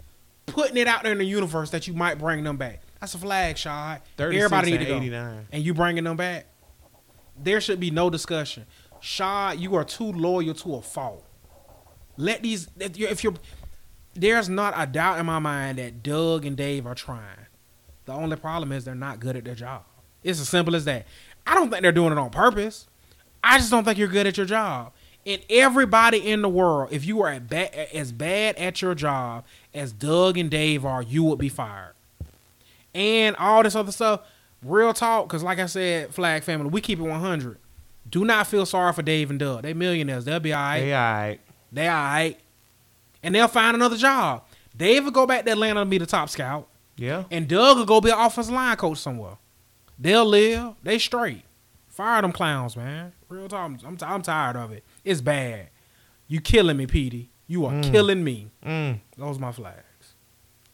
S2: putting it out there in the universe that you might bring them back. That's a flag, Shah.
S1: 36
S2: Everybody need
S1: and
S2: to go.
S1: 89.
S2: And you bringing them back there should be no discussion. Shaw, you are too loyal to a fault. Let these if you're, if you're there's not a doubt in my mind that Doug and Dave are trying. The only problem is they're not good at their job. It's as simple as that. I don't think they're doing it on purpose. I just don't think you're good at your job. And everybody in the world, if you are at ba- as bad at your job as Doug and Dave are, you would be fired and all this other stuff. Real talk, because like I said, Flag Family, we keep it 100. Do not feel sorry for Dave and Doug. They millionaires. They'll be all right.
S1: They all right.
S2: They all right. And they'll find another job. Dave will go back to Atlanta to be the top scout.
S1: Yeah.
S2: And Doug will go be an offensive line coach somewhere. They'll live. They straight. Fire them clowns, man. Real talk. I'm, I'm, I'm tired of it. It's bad. You killing me, Petey. You are killing me.
S1: Mm.
S2: Those my flags.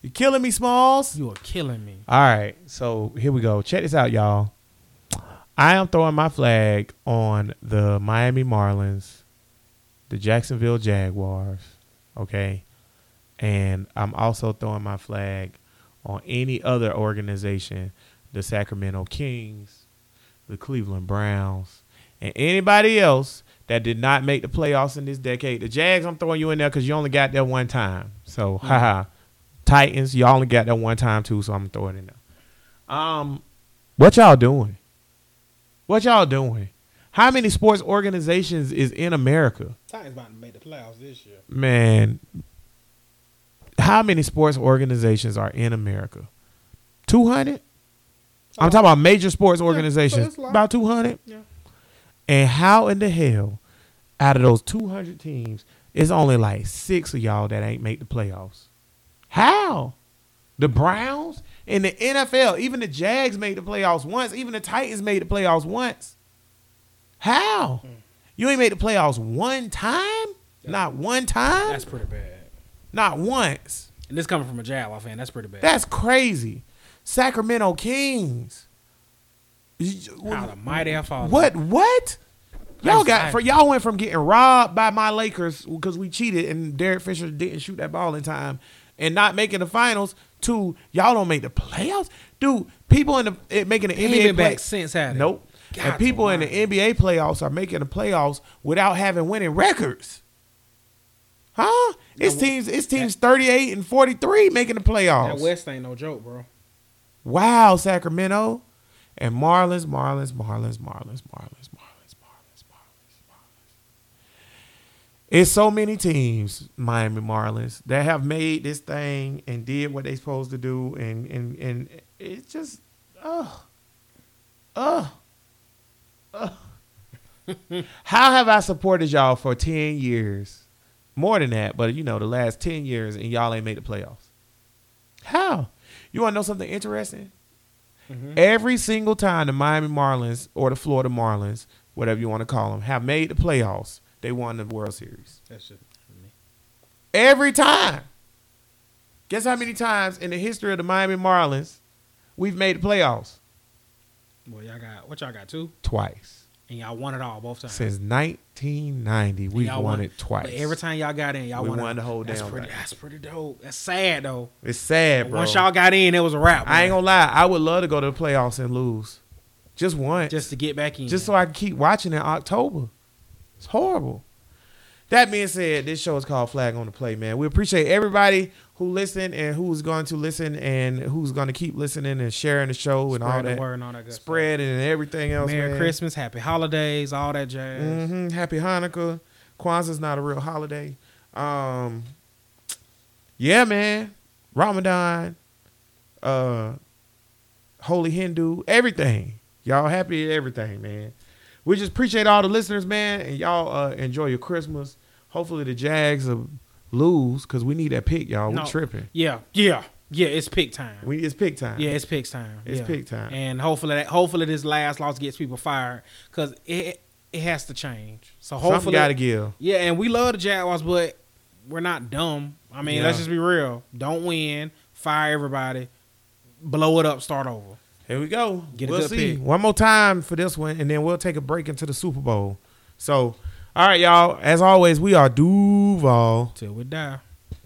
S1: You killing me, Smalls.
S2: You are killing me.
S1: All right, so here we go. Check this out, y'all. I am throwing my flag on the Miami Marlins, the Jacksonville Jaguars, okay? And I'm also throwing my flag on any other organization, the Sacramento Kings, the Cleveland Browns, and anybody else that did not make the playoffs in this decade. The Jags, I'm throwing you in there because you only got that one time. So, *laughs* haha. Titans, y'all only got that one time too, so I'm gonna throw it in there. Um, what y'all doing? What y'all doing? How many sports organizations is in America?
S2: Titans about to make the playoffs this year.
S1: Man, how many sports organizations are in America? 200? I'm talking about major sports organizations.
S2: it's a lot.
S1: about 200?
S2: Yeah.
S1: And how in the hell, out of those 200 teams, it's only like six of y'all that ain't make the playoffs? How? The Browns and the NFL, even the Jags made the playoffs once, even the Titans made the playoffs once.
S2: Hmm.
S1: How? You ain't made the playoffs one time? Not one time?
S2: That's pretty bad.
S1: Not once.
S2: And this coming from a Jaguar fan, that's pretty bad.
S1: That's crazy. Sacramento Kings.
S2: How the mighty have fallen.
S1: What? What? Y'all
S2: I'm
S1: got
S2: sorry.
S1: for y'all went from getting robbed by my Lakers because we cheated and Derek Fisher didn't shoot that ball in time and not making the finals to y'all don't make the playoffs, dude. People in the it making the
S2: Ain't
S1: NBA
S2: been
S1: play-
S2: back since had it.
S1: Nope. and
S2: God
S1: people in the NBA playoffs are making the playoffs without having winning records. Huh? It's
S2: Now,
S1: teams. It's teams thirty-eight and forty-three making the playoffs.
S2: That West ain't no joke, bro.
S1: Wow, Sacramento. And Marlins, Marlins, Marlins, Marlins, Marlins, Marlins, Marlins, Marlins, Marlins. It's so many teams, Miami Marlins, that have made this thing and did what they supposed to do, and and and it's just, oh, oh, *laughs* How have I supported y'all for ten years? More than that, but you know, the last ten years, and y'all ain't made the playoffs. How? You want to know something interesting?
S2: Mm-hmm.
S1: Every single time the Miami Marlins or the Florida Marlins, whatever you want to call them, have made the playoffs, they won the World Series.
S2: That's just me.
S1: Every time. Guess how many times in the history of the Miami Marlins we've made the playoffs?
S2: Well, y'all got what y'all got two,
S1: Twice.
S2: and y'all won it all both times.
S1: Since 1990, we've
S2: Y'all
S1: won, it twice.
S2: But every time y'all got in, y'all
S1: We
S2: won, it.
S1: won the whole
S2: that's
S1: damn
S2: Pretty,
S1: thing.
S2: that's pretty dope. That's sad though.
S1: it's sad, bro.
S2: Once y'all got in, it was a wrap.
S1: I ain't
S2: bro.
S1: gonna lie. I would love to go to the playoffs and lose, just once.
S2: just to get back in.
S1: just so I can keep watching in October. It's horrible. That being said, this show is called Flag on the Play, man. We appreciate everybody who listened and who's going to listen and who's going to keep listening and sharing the show and
S2: Spread
S1: all
S2: the
S1: that,
S2: word and all that good stuff.
S1: spread and everything else.
S2: Merry
S1: man.
S2: Christmas, Happy Holidays, all that jazz.
S1: Mhm. Happy Hanukkah. Kwanzaa's not a real holiday. Um, yeah, man. Ramadan, uh, Holy Hindu, everything. Y'all happy at everything, man. We just appreciate all the listeners, man, and y'all uh, enjoy your Christmas. Hopefully the Jags will lose because we need that pick, y'all. We
S2: No.
S1: tripping.
S2: Yeah, yeah, yeah. It's pick time.
S1: We it's pick time.
S2: yeah, it's picks time.
S1: It's
S2: yeah.
S1: pick time.
S2: And hopefully, that, hopefully this last loss gets people fired because it it has to change. So
S1: Something
S2: hopefully,
S1: gotta give.
S2: Yeah, and we love the Jaguars, but we're not dumb. I mean, let's
S1: Yeah.
S2: just be real. Don't win, fire everybody, blow it up, start over.
S1: Here we go.
S2: Get a
S1: we'll
S2: good
S1: see.
S2: pick.
S1: One more time for this one, and then we'll take a break into the Super Bowl. So, all right, y'all. As always, we are Duval.
S2: Till we die.